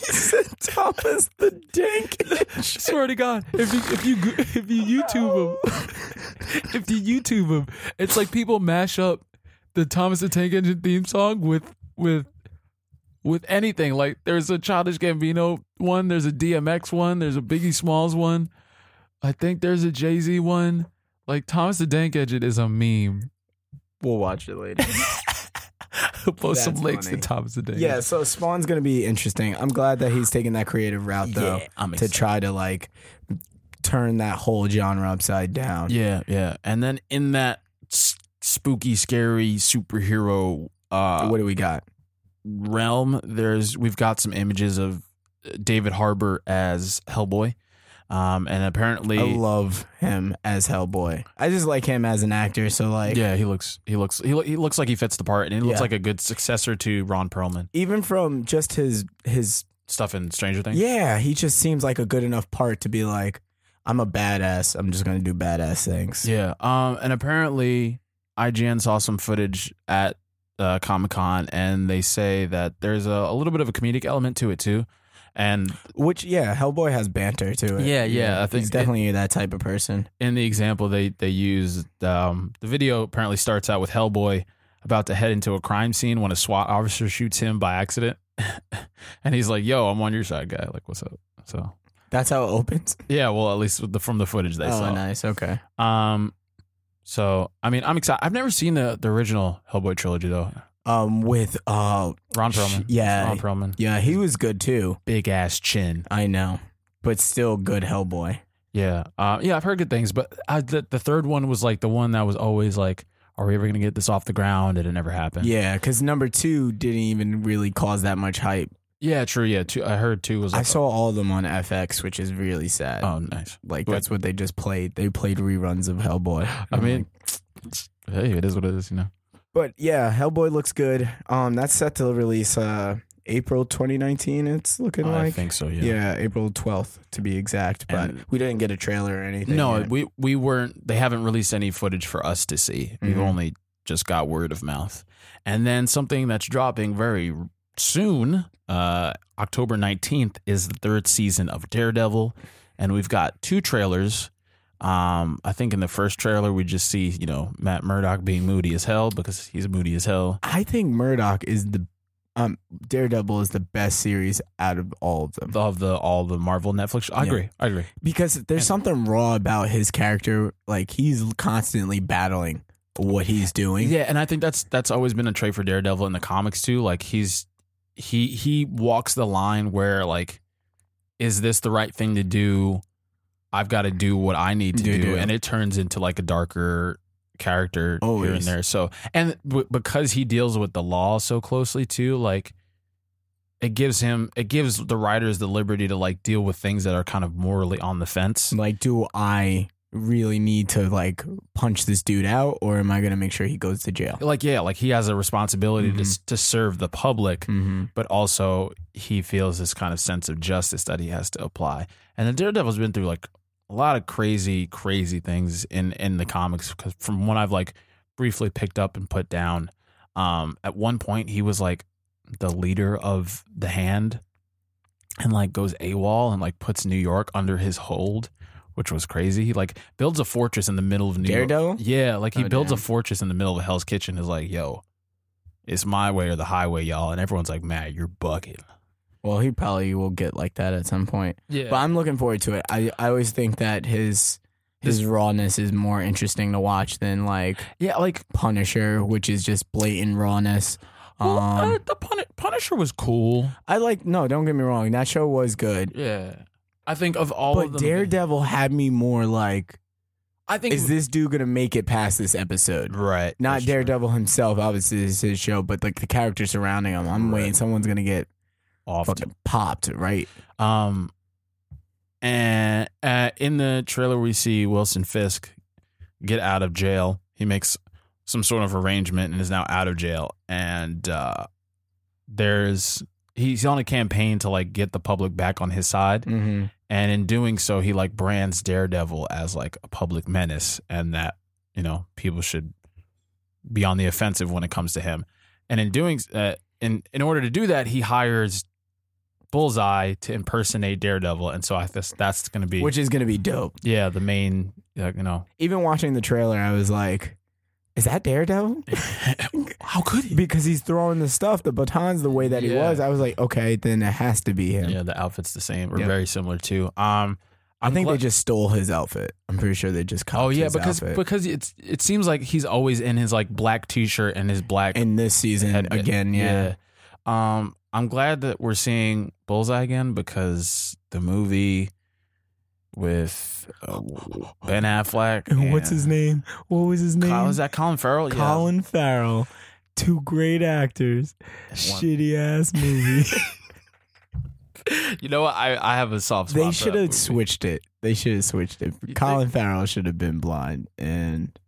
Thomas the Dank.
Swear to God, if you if you go- if you YouTube them, if you YouTube them, it's like people mash up the Thomas the Tank Engine theme song with with with anything. Like there's a Childish Gambino one, there's a DMX one, there's a Biggie Smalls one. I think there's a Jay Z one. Like Thomas the Tank Engine is a meme.
We'll watch it later.
I'll Post some
That's
links
funny.
to Thomas the Tank.
yeah, so Spawn's gonna be interesting. I'm glad that he's taking that creative route though
I'm
to try to like turn that whole genre upside down.
Yeah, yeah. And then in that s- spooky, scary superhero uh,
what do we got?
realm, there's we've got some images of uh, David Harbour as Hellboy, um, and apparently,
I love him as Hellboy. I just like him as an actor. So like,
yeah, he looks he looks he, lo- he looks like he fits the part, and he looks
Yeah.
like a good successor to Ron Perlman
even from just his his
stuff in Stranger Things.
yeah, he just seems like a good enough part to be like, I'm a badass. I'm just gonna do badass things.
Yeah. Um, and apparently, IGN saw some footage at uh, Comic Con, and they say that there's a, a little bit of a comedic element to it too,
And
Which yeah, Hellboy has banter to it.
Yeah, yeah, I think
he's
it-
definitely that type of person.
in the example they they used, um, the video apparently starts out with Hellboy about to head into a crime scene when a SWAT officer shoots him by accident, and he's like, "Yo, I'm on your side, guy. Like, what's up?" So
That's how it opens.
yeah, well, at least with the, from the footage they
oh,
saw.
nice. Okay.
Um, so I mean, I'm excited. I've never seen the the original Hellboy trilogy though.
Um, with uh,
Ron Perlman,
yeah,
Ron Perlman,
yeah, he was good too.
big ass chin.
I know, but still good Hellboy.
Yeah, uh, yeah, I've heard good things, but I, the the third one was like the one that was always like, "Are we ever gonna get this off the ground?" And it never happened.
Yeah, because number two didn't even really cause that much hype.
Yeah, true. Yeah, two, I heard two was. Like,
I saw all of them on FX, which is really sad.
Oh, nice.
like
but-
that's what they just played. They played reruns of Hellboy.
I mean, hey, it is what it is, you know.
But yeah, Hellboy looks good. Um, that's set to release uh April 2019. It's looking
I
like
think so. Yeah.
yeah. April 12th to be exact. But
And-
we didn't get a trailer or anything.
No,
yet.
we we weren't. They haven't released any footage for us to see. We've
Mhm.
only just got word of mouth, and then something that's dropping very soon, uh, October nineteenth, is the third season of Daredevil, and we've got two trailers. Um, I think in the first trailer we just see you know Matt Murdock being moody as hell because he's moody as hell.
I think Murdoch is the um Daredevil is the best series out of all of them
Of the all the Marvel Netflix, I
Yeah.
agree, I agree.
because there's something raw about his character. Like he's constantly battling what he's doing.
Yeah, and I think that's that's always been a trait for Daredevil in the comics too. Like he's he he walks the line where like, is this the right thing to do? I've got to do what I need to
You
do,
do.
and it turns into like a darker character here
Always.
and there. So and w- because he deals with the law so closely too, like it gives him it gives the writers the liberty to like deal with things that are kind of morally on the fence.
Like, do I really need to like punch this dude out, or am I gonna make sure he goes to jail?
Like yeah, like he has a responsibility to
Mhm.
s to serve the public.
Mm-hmm.
but also he feels this kind of sense of justice that he has to apply. And the Daredevil's been through like a lot of crazy, crazy things in in the comics because from what I've like briefly picked up and put down, um, at one point he was like the leader of the Hand, and like goes AWOL and like puts New York under his hold. Which was crazy. He like builds a fortress in the middle of New
Daredevil?
York. Yeah, like he
Oh,
builds
damn.
a fortress in the middle of Hell's Kitchen. Is like, yo, it's my way or the highway, y'all. And everyone's like, Matt, you're bucket.
Well, he probably will get like that at some point.
Yeah.
But I'm looking forward to it. I, I always think that his his rawness is more interesting to watch than like
yeah, like
Punisher, which is just blatant rawness.
well, uh,
Um,
the Pun- Punisher was cool.
I like no, don't get me wrong, that show was good.
Yeah. I think of all of
But
them.
Daredevil had me more like,
I think
is this dude gonna make it past this episode?
right.
Not
That's
Daredevil himself, obviously this is his show, but like the character surrounding him. I'm
Right.
waiting, someone's gonna get
true. off.
fucking popped, right?
Um and uh, in the trailer we see Wilson Fisk get out of jail. He makes some sort of arrangement and is now out of jail and uh there's he's on a campaign to like get the public back on his side.
Mm-hmm.
and in doing so he like brands daredevil as like a public menace and that you know people should be on the offensive when it comes to him and in doing uh, in in order to do that he hires bullseye to impersonate daredevil and so i guess that's going to be
Which is gonna be dope.
yeah the main uh, you know
Even watching the trailer, I was like, is that Daredevil?
how could he
because he's throwing the stuff, the batons, the way that he
Yeah.
was. I was like, okay, then it has to be him.
yeah the outfit's the same or
Yeah.
very similar too um
I think
they
they
just.
just stole his outfit. I'm pretty sure they just copied
Oh yeah,
his
because
outfit.
because it's it seems like he's always in his like black t-shirt and his black
in this season
headband.
again, yeah.
Yeah. Um, I'm glad that we're seeing Bullseye again because the movie with uh, Ben Affleck. and-
name? What was his
Colin- is that Colin Farrell? Yeah.
Farrell. Two great actors. Shitty ass movie.
You know what? I, I have a soft spot.
they
for
should
that
have
movie.
switched it. They should have switched it.
You
Colin Farrell should have been blind, and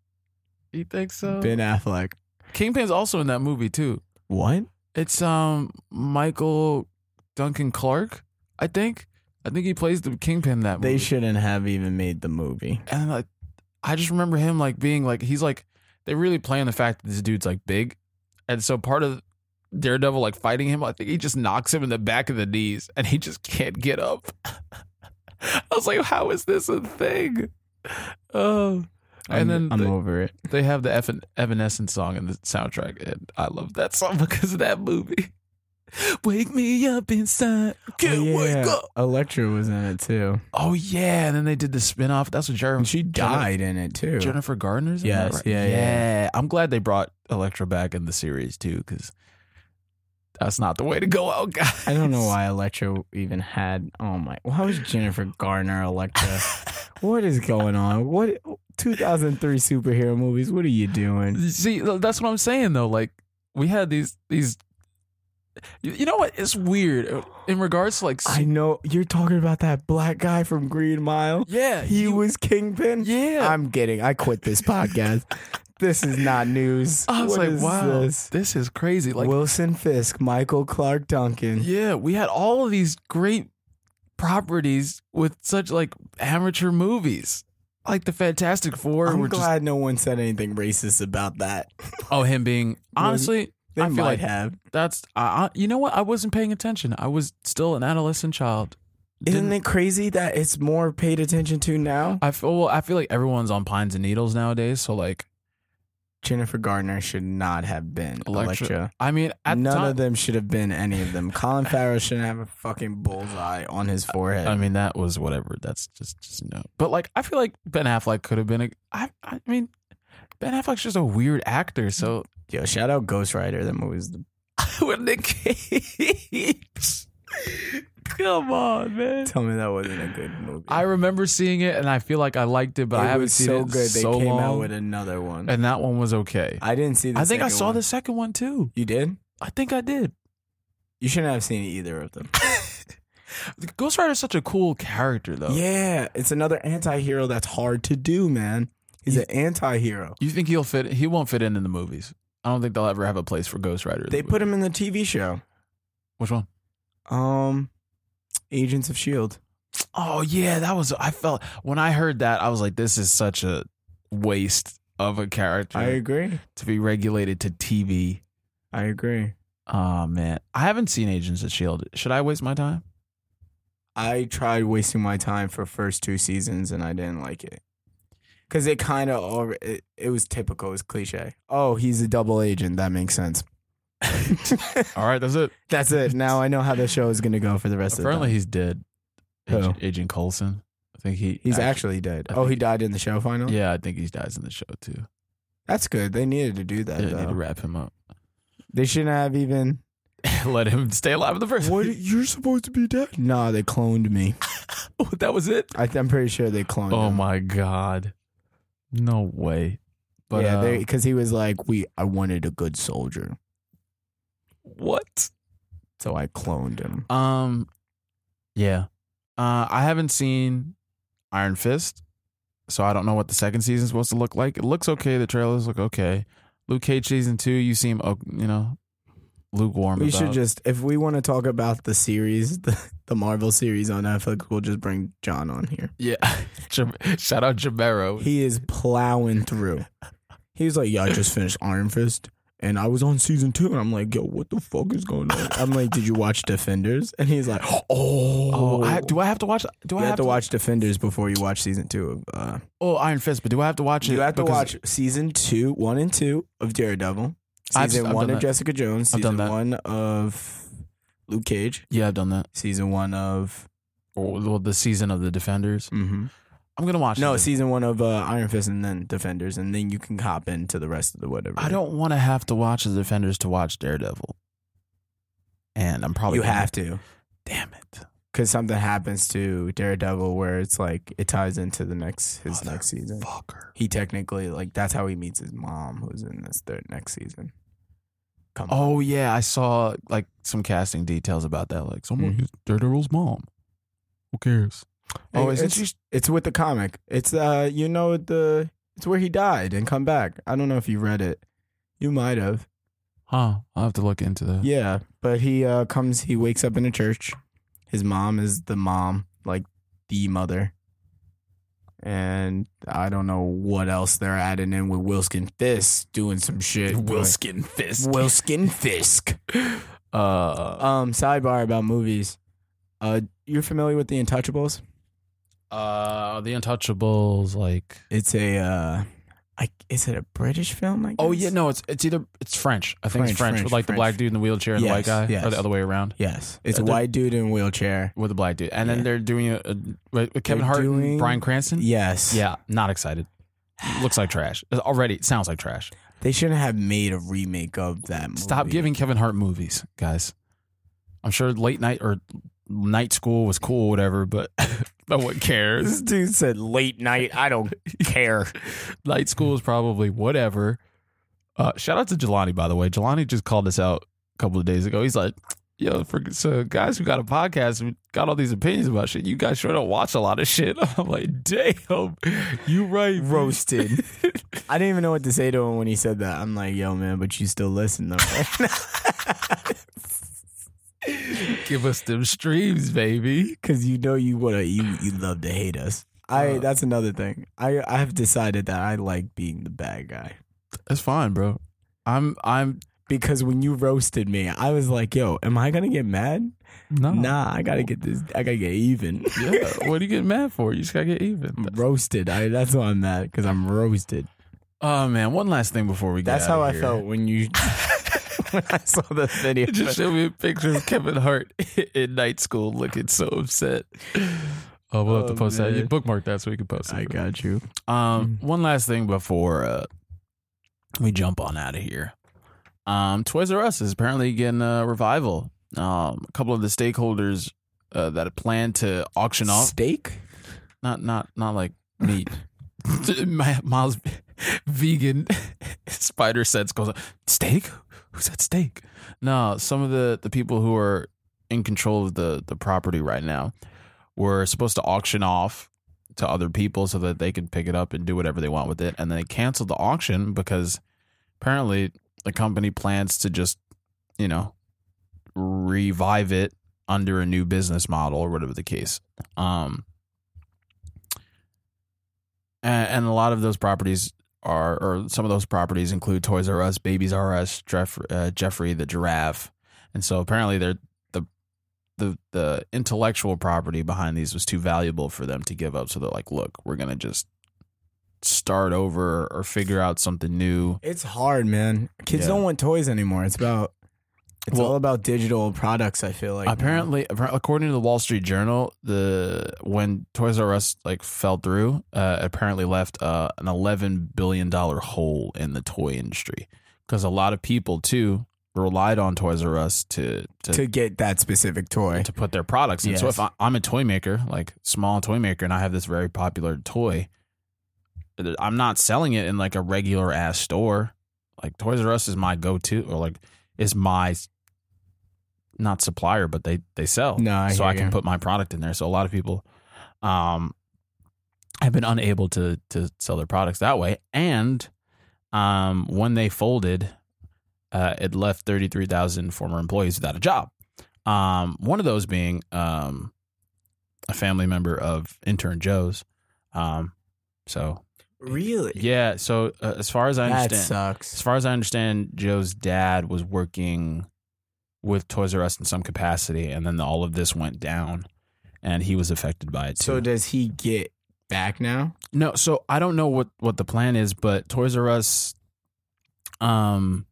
You think
Oh.
so?
Ben Affleck.
Kingpin's also in that movie too.
What?
It's um Michael Duncan Clark. I think. I think he plays the Kingpin in that movie.
They shouldn't have even made the movie.
and like I just remember him like being like he's like they really play on the fact that this dude's like big, and so part of
Daredevil like fighting him, I think he just knocks him in the back of the knees and he just can't get up. I was like, how is this a thing? Oh.
I'm-
And then
I'm
the-
over it.
they have the Evan- Evanescence song in the soundtrack, and I love that song because of that movie. Wake me up inside, can't
oh, yeah.
wake up.
Electra was in it too.
Oh yeah, and then they did the spinoff. That's what Jer-
And she died in it too.
Jennifer Gardner's. in
Yes,
that, right?
yeah, yeah,
I'm glad they brought Electra back in the series too, because that's not the way to go out, guys.
I don't know why Electra even had. Oh my! Why was Jennifer Garner Electra? what is going on? What 2003 superhero movies? What are you doing?
See, th- that's what I'm saying though. Like we had these these. You you know what? It's weird uh, in regards to like.
I know you're talking about that black guy from Green Mile.
yeah,
He was Kingpin.
Yeah,
I'm kidding. I quit this podcast. this is not news.
I was
What
like,
is
wow,
this?
this? is crazy. Like,
Wilson Fisk, Michael Clark Duncan.
yeah, we had all of these great properties with such like amateur movies, like the Fantastic 4
I'm
were just-
glad no one said anything racist about that.
oh, him being honestly,
They
I
might
feel like
have.
that's I, I, you know what? I wasn't paying attention. I was still an adolescent child.
Isn't
Didn't-
it crazy that it's more paid attention to now?
I feel well, I feel like everyone's on pines and needles nowadays. So like
Jennifer Gardner should not have been
Electra.
Electra.
I mean, at
None
the time,
of them should have been any of them. Colin Farrell shouldn't have a fucking bullseye on his forehead.
I mean, that was whatever. That's just just no. But like, I feel like Ben Affleck could have been a. I I mean, Ben Affleck's just a weird actor. So
Yo, shout out Ghost Rider. That movie's the
with Nick Cage. Come on, man.
Tell me that wasn't a good movie.
I remember seeing it, and I feel like I liked it, but
it
I haven't
was
seen
so
it in
good. They
so
came
long.
out with another one.
and that one was okay. I,
I didn't see. The
think I
second
saw
one.
the second one too.
You did.
I think I did.
You shouldn't have seen either of them.
Ghost Rider is such a cool character, though.
Yeah, it's another anti-hero that's hard to do, man. He's
You-
an anti-hero.
You think he'll fit? He won't fit in in the movies. I don't think they'll ever have a place for Ghost Rider. in
They
the
put
movie.
him in the TV show,
which one?
um, Agents of Shield.
Oh yeah, that was. I felt when I heard that, I was like, this is such a waste of a character
agree.
to be regulated to TV.
I agree.
Oh man, I haven't seen Agents of
E
Shield. Should I waste my time?
I tried wasting my time for first two seasons and I didn't like it because it kind of it, it was typical. It was cliche. Oh, he's a double agent. That makes sense.
All right, that's it.
That's it. Now I know how the show is going to go for the rest
Apparently,
of
he's dead.
Who?
Agent, Agent Coulson. I think he.
the time. He's actually dead.
I
Oh,
think-
he died in the show final?
Yeah, I think he dies in the show too.
That's good. They needed to do that,
Yeah, I
though.
need to wrap him up.
They shouldn't have even.
Let him stay alive in the first.
what? You're supposed to be dead? Nah, they cloned me.
that was it.
I th- I'm pretty sure they cloned
Oh
him.
my god, no way. But
yeah,
uh,
because he was like, "We, I wanted a good soldier,
what?
so I cloned him."
Um, yeah. Uh, I haven't seen Iron Fist, so I don't know what the second season's supposed to look like. It looks okay. The trailers look okay. Luke Cage season two, you seem, oh, you know, lukewarm.
We
about.
should just, if we want to talk about the series, the, the Marvel series on Netflix, we'll just bring John on here.
yeah. Jam- Shout out Jamero.
He is plowing through. He was like, "Yeah, I just finished Iron Fist, and I was on season two, and I'm like, yo, what the fuck is going on?" I'm like, "Did you watch Defenders?" And he's like, "Oh,
oh, I, do I have to watch? Do
you
I
have,
have,
to watch Defenders before you watch season two of." Uh,
Oh, Iron Fist, but do I have to watch it?
you have to
because-
watch season two, one and two of Daredevil,
I've-
season
I've
one
done
of
that.
Jessica Jones,
I've done
season
that.
one of Luke Cage,
Yeah, I've done that.
season one of.
Or Oh, well, the season of the Defenders.
Mm-hmm.
I'm gonna watch.
No,
it.
season one of uh, Iron Fist and then Defenders, and then you can hop into the rest of the whatever.
I don't want to have to watch the Defenders to watch Daredevil. And I'm probably
You
gonna-
have to
Damn it.
because something happens to Daredevil where it's like it ties into the next his next season.
Fucker.
He technically like that's how he meets his mom, who's in this third next season. Come on.
Oh yeah, I saw like some casting details about that. Like someone
Mhm.
who's Daredevil's mom. Who cares? Oh, isn't
it's,
she?
It's with the comic. It's uh, you know the it's where he died and come back. I don't know if you read it. You might have.
Huh. I'll have to look into that.
Yeah, but he uh comes. He wakes up in a church. His mom is the mom, like the mother. and I don't know what else they're adding in with Wilskin Fisk doing some shit.
Wilskin Fisk.
Wilskin Fisk.
Uh,
Um, sidebar about movies. Uh, you're familiar with The Untouchables?
uh, The Untouchables. Like,
It's a, uh, I, is it a British film? I
oh
guess?
yeah, no, it's it's either it's French. I think
French,
it's French,
French,
with like the
French.
black dude in the wheelchair and the
Yes,
white guy, or
yes.
the other way around
Yes, it's
Uh,
a
they're-
white dude in a wheelchair.
with the black dude. And
Yeah.
then they're doing a, a with Kevin
They're
Hart,
doing-
and Brian Cranston.
Yes.
yeah, not excited. Looks like trash already. It sounds like trash.
They shouldn't have made a remake of that. Movie.
Stop giving Kevin Hart movies, guys. I'm sure late night or night school was cool, whatever, but no one cares.
This dude said late night. I don't care.
Night school is probably whatever. Uh, shout out to Jelani, by the way. Jelani just called us out a couple of days ago. He's like, yo, for so guys who got a podcast and got all these opinions about shit, you guys sure don't watch a lot of shit. I'm like, damn, you right.
Roasted. I didn't even know what to say to him when he said that. I'm like, yo, man, but you still listen though. right?"
Give us them streams, baby.
Cause you know you wanna you you love to hate us. I
Uh,
that's another thing. I I've decided that I like being the bad guy.
That's fine, bro. I'm, I'm,
Because when you roasted me, I was like, yo, am I gonna get mad?
no.
Nah, I gotta get this I gotta get even.
Oh. yeah. What are you getting mad for? You just gotta get even.
I'm roasted. I that's why I'm mad, because I'm roasted.
Oh man, one last thing before we get
That's
outta
how I
here.
felt when you when I saw the video.
You just showed me a picture of Kevin Hart in night school looking so upset. Oh, we'll have to
Oh,
post that. You
man.
bookmark that so we can post it.
I got you.
Um, one last thing before uh, we jump on out of here. Um, Toys R Us is apparently getting a revival. Um, a couple of the stakeholders uh, that plan to auction off
Steak?
not not not like meat. My Miles vegan spider sense goes steak. Who said steak? No, some of the the people who are in control of the the property right now were supposed to auction off to other people so that they could pick it up and do whatever they want with it, and then they canceled the auction because apparently the company plans to just you know revive it under a new business model or whatever the case. Um, and, and a lot of those properties are, or some of those properties include Toys R Us, Babies R Us, Jeff, uh, Jeffrey the Giraffe, and so apparently they're the the the intellectual property behind these was too valuable for them to give up. So they're like, look, we're gonna just start over or figure out something new.
It's hard, man. Kids
Yeah.
don't want toys anymore. It's about it's
Well-
all about digital products, I feel like.
apparently, appar- according to the Wall Street Journal, the when Toys R Us like fell through, uh, apparently left uh, an eleven billion dollar hole in the toy industry because a lot of people too relied on Toys R Us to to
to get that specific toy.
to put their products in. So
Yes.
if I, I'm a toy maker, like small toy maker, and I have this very popular toy, I'm not selling it in like a regular ass store. Like Toys R Us is my go to, or like is my not supplier, but they they sell.
No, I
so
hear
I can
you.
put my product in there. So a lot of people, um, have been unable to to sell their products that way, and um, when they folded, uh, it left 33,000 former employees without a job. Um, one of those being um, a family member of intern Joe's. Um, so
Really?
yeah, so uh, as far as I
That
understand, as
sucks.
far as I understand, Joe's dad was working with Toys R Us in some capacity, and then all of this went down, and he was affected by it too.
So does he get back now?
No, so I don't know what what the plan is, but Toys R Us, um,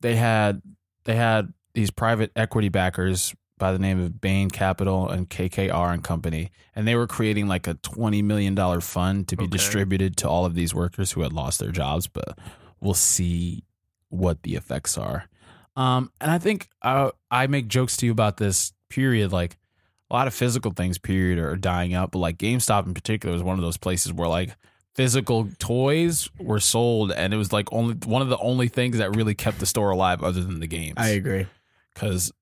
they had they had these private equity backers by the name of Bain Capital and KKR and Company, and they were creating like a twenty million dollar fund to be
Okay.
distributed to all of these workers who had lost their jobs. But we'll see what the effects are. Um, and I think I I make jokes to you about this period, like a lot of physical things, period, are dying out. But like GameStop in particular was one of those places where like physical toys were sold, and it was like only one of the only things that really kept the store alive, other than the games.
I agree.
Because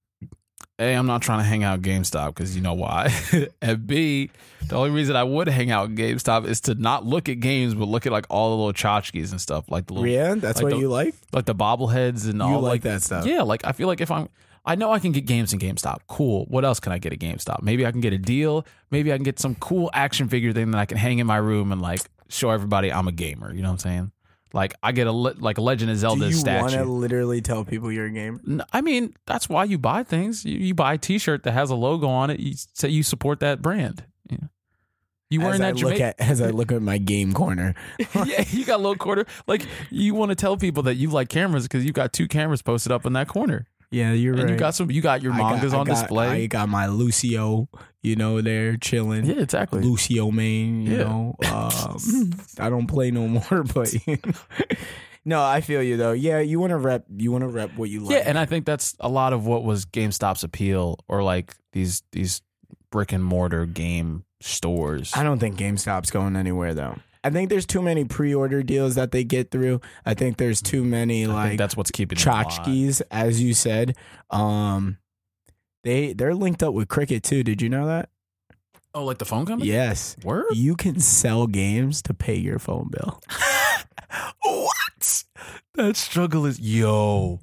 A, I'm not trying to hang out at GameStop because you know why. and B, the only reason I would hang out at GameStop is to not look at games, but look at like all the little tchotchkes and stuff, like the little,
Yeah, that's
like
what
the-
you like?
like the bobbleheads and
you
all
like,
like
that stuff.
yeah, like I feel like if I'm I know I can get games in GameStop. Cool. What else can I get at GameStop? Maybe I can get a deal. Maybe I can get some cool action figure thing that I can hang in my room and like show everybody I'm a gamer. You know what I'm saying? Like I get a le- like a Legend of Zelda
Do you want
statue.
to literally tell people you're a gamer?
N- I mean, that's why you buy things. You, you buy a T-shirt that has a logo on it. You say you support that brand. You, know? you
as
wearing
I
that
look
Jamaica?
at as I look at my game corner.
yeah, you got a little quarter. Like you want to tell people that you like cameras because you got two cameras posted up in that corner,
Yeah, you're
and you got some. You got your
I got-
mangas
I
on
got-
display.
I got my Lucio, you know, there chilling.
yeah, exactly.
Lucio main, you
Yeah.
know. Um, I don't play no more, but no, I feel you though. Yeah, you want to rep, you want to rep what you like.
Yeah, and I think that's a lot of what was GameStop's appeal, or like these these brick and mortar game stores.
I don't think GameStop's going anywhere though. I think there's too many pre-order deals that they get through. I think there's too many
I
like
think that's what's keeping them alive.
tchotchkes, as you said. Um, they they're linked up with Cricket too. Did you know that?
Oh, like the phone company.
Yes.
Word.
You can sell games to pay your phone bill.
what? That struggle is yo,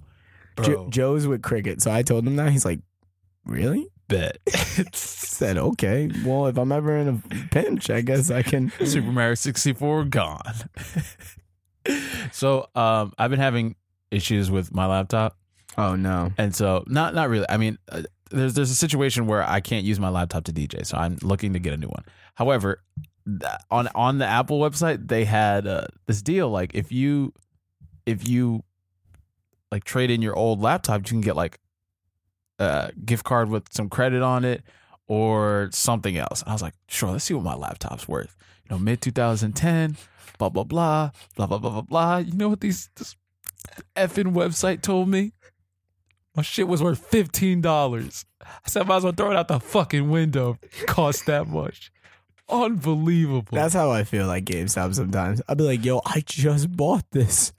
Jo-
bro.
Joe's with Cricket, so I told him that. He's like, "Really?"
bet.
Said, "Okay. Well, if I'm ever in a pinch, I guess I can."
Super Mario 64 gone. so um, I've been having issues with my laptop,
Oh no.
and so not not really. I mean, uh, there's there's a situation where I can't use my laptop to DJ, so I'm looking to get a new one. However, th- on on the Apple website, they had uh, this deal like if you if you like trade in your old laptop, you can get like a gift card with some credit on it or something else. And I was like, sure, let's see what my laptop's worth. You know, mid 2010, blah blah blah, blah blah blah blah blah. Uh, You know what these this effing website told me? My shit was worth fifteen dollars. I said, might as well throw it out the fucking window. It Cost that much. Unbelievable.
That's how I feel like GameStop sometimes. I'll be like, "Yo, I just bought this.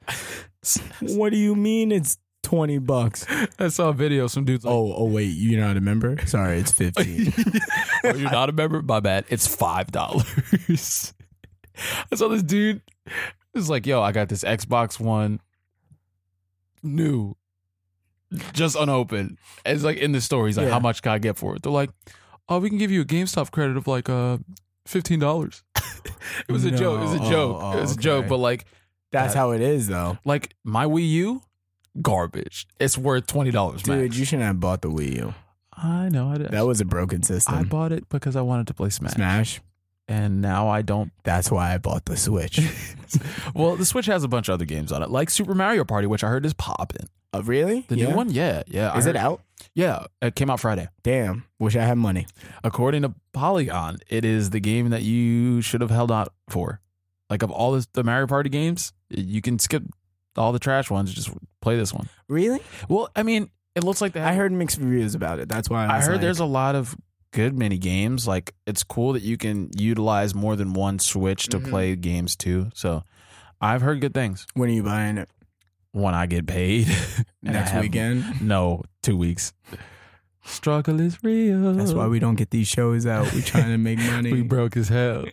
What do you mean it's twenty bucks?"
I saw a video. Some dudes. Like,
Oh, oh wait, you're not a member? Sorry, it's fifteen.
oh, you're not a member? My bad. It's five dollars. I saw this dude. It was like, yo, I got this Xbox One new, just unopened. And It's like in the store. He's like,
Yeah.
how much can I get for it? They're like, oh, we can give you a GameStop credit of like uh fifteen dollars. it was a
No.
joke. It was a
Oh,
joke.
oh,
it was
okay.
a joke. But like,
That's how it is, though.
like my Wii U, garbage. It's worth twenty dollars,
Dude, you shouldn't have bought the Wii U.
I know. I,
That was a broken system.
I bought it because I wanted to play Smash.
Smash.
and now I don't.
That's why I bought the Switch.
Well, the Switch has a bunch of other games on it, like Super Mario Party, which I heard is popping.
oh, really?
The
Yeah?
new one, yeah, yeah. I
Is it
heard-
out?
Yeah, it came out Friday.
Damn. Wish I had money.
According to Polygon, it is the game that you should have held out for. Like of all this, the Mario Party games, you can skip all the trash ones. Just play this one.
Really?
Well, I mean, it looks like they.
I heard mixed reviews about it. That's why I,
I
was
heard
like-
there's a lot of good mini games. Like it's cool that you can utilize more than one Switch to
Mhm.
play games too. So I've heard good things.
When are you buying it?
When I get paid and I
Next
have-
weekend.
no, two weeks. Struggle is real.
That's why we don't get these shows out. We're trying to make money.
we broke as hell.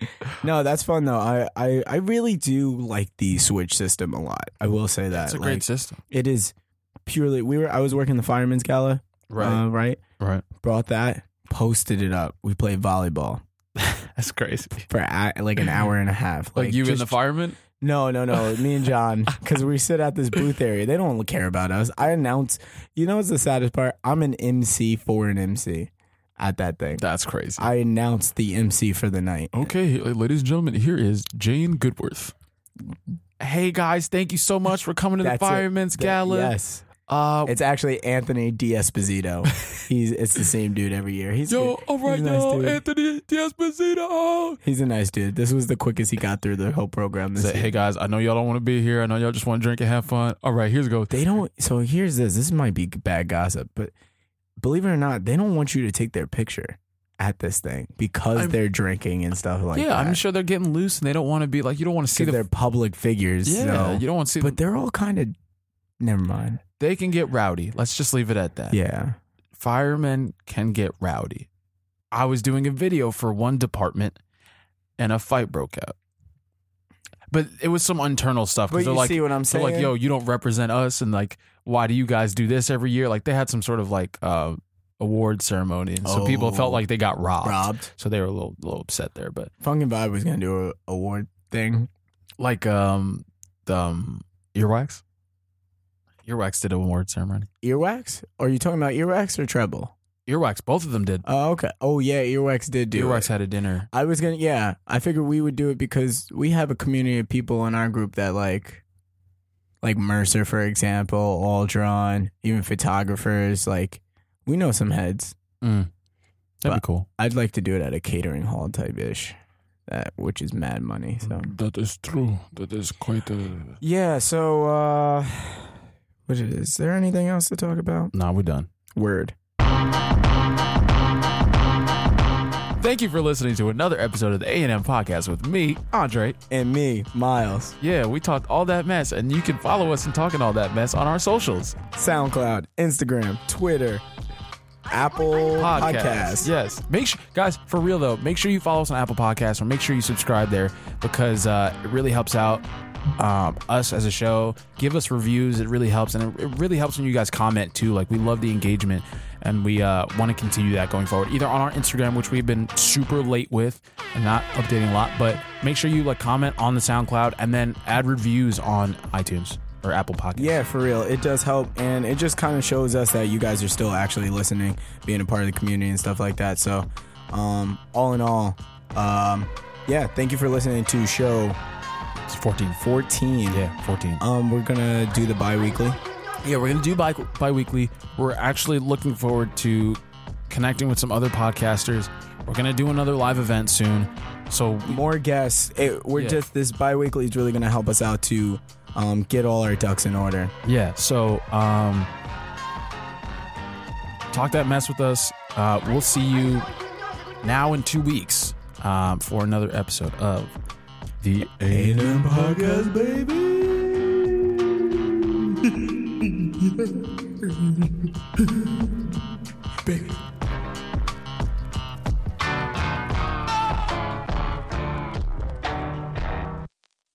no, that's fun though. I, I, I really do like the Switch system a lot. I will say that.
That's a
Like,
great system,
it is purely we were I was working the fireman's gala.
Um,
Uh, right?
right.
Brought that, posted it up. We played volleyball.
That's crazy.
for a, like an hour and a half.
Like, you and
just-
the fireman.
No, no, no. Me and John, because we sit at this booth area. They don't care about us. I announce. You know what's the saddest part? I'm an MC for an MC at that thing.
That's crazy.
I announced the MC for the night.
Okay, uh, ladies and gentlemen, here is Jane Goodworth. Hey guys, thank you so much for coming to
That's it.
the Fireman's
That-
Gala.
Yes.
Uh,
It's actually Anthony D'Esposito. He's it's the same dude every year. He's
Yo,
good.
all right,
He's a nice
yo,
dude.
Anthony D'Esposito.
He's a nice dude. This was the quickest he got through the whole program. This
Say,
year.
hey guys, I know y'all don't want to be here. I know y'all just want to drink and have fun. All right, here's go.
they don't. So here's this. This might be bad gossip, but believe it or not, they don't want you to take their picture at this thing because
I'm-
they're drinking and stuff like
yeah,
that.
I'm sure they're getting loose and they don't want to be like you don't want to see
'Cause
the
they're public figures.
yeah.
so-
You don't want to see,
but
but
they're all kind of. Never mind.
they can get rowdy. Let's just leave it at that.
Yeah.
firemen can get rowdy. I was doing a video for one department and a fight broke out. But it was some internal stuff
But
because
you
they're like,
see what I'm
they're
saying?
like, yo, you don't represent us, and like, why do you guys do this every year? Like, they had some sort of like uh, award ceremony, and so people
Oh.
felt like they got robbed.
robbed.
So they were a little, little upset there, but
Funkin' Vibe was gonna do a award thing.
like um, the um, earwax, earwax did an award ceremony.
Earwax? Are you talking about earwax or treble?
Earwax, both of them did.
Oh, okay. Oh yeah, earwax did do
earwax
it.
had a dinner.
I was gonna. Yeah, I figured we would do it because we have a community of people in our group that like, like Mercer, for example, all drawn, even photographers. Like, we know some heads.
That'd
But-
be cool.
I'd like to do it at a catering hall type ish, that which is mad money. So
That is true. That is quite a.
yeah. So uh, what is, is there anything else to talk about?
Nah, we're done.
Word.
Thank you for listening to another episode of the A and M podcast with me, Andre.
And me, Miles,
Yeah, we talked all that mess, and you can follow us in talking all that mess on our socials.
SoundCloud, Instagram, Twitter, Apple Podcasts.
Yes. Make sure, guys, for real though, make sure you follow us on Apple Podcasts or make sure you subscribe there because uh, it really helps out um, us as a show. Give us reviews; it really helps, and it, it really helps when you guys comment too. Like we love the engagement, and we uh, want to continue that going forward. Either on our Instagram, which we've been super late with and not updating a lot, but make sure you like comment on the SoundCloud and then add reviews on iTunes or Apple Podcasts.
Yeah, for real. It does help. And it just kind of shows us that you guys are still actually listening, being a part of the community and stuff like that. So, um, all in all, um, yeah, thank you for listening to show
it's fourteen.
14.
Yeah, fourteen.
Um, we're going to do the bi weekly.
Yeah, we're gonna do bi- bi-weekly. We're actually looking forward to connecting with some other podcasters. We're gonna do another live event soon. So we-
More guests. It, we're
Yeah.
just, this bi weekly is really going to help us out to um, get all our ducks in order.
yeah, so um, talk that mess with us. Uh, we'll see you now in two weeks um, for another episode of the Aiden Podcast, baby.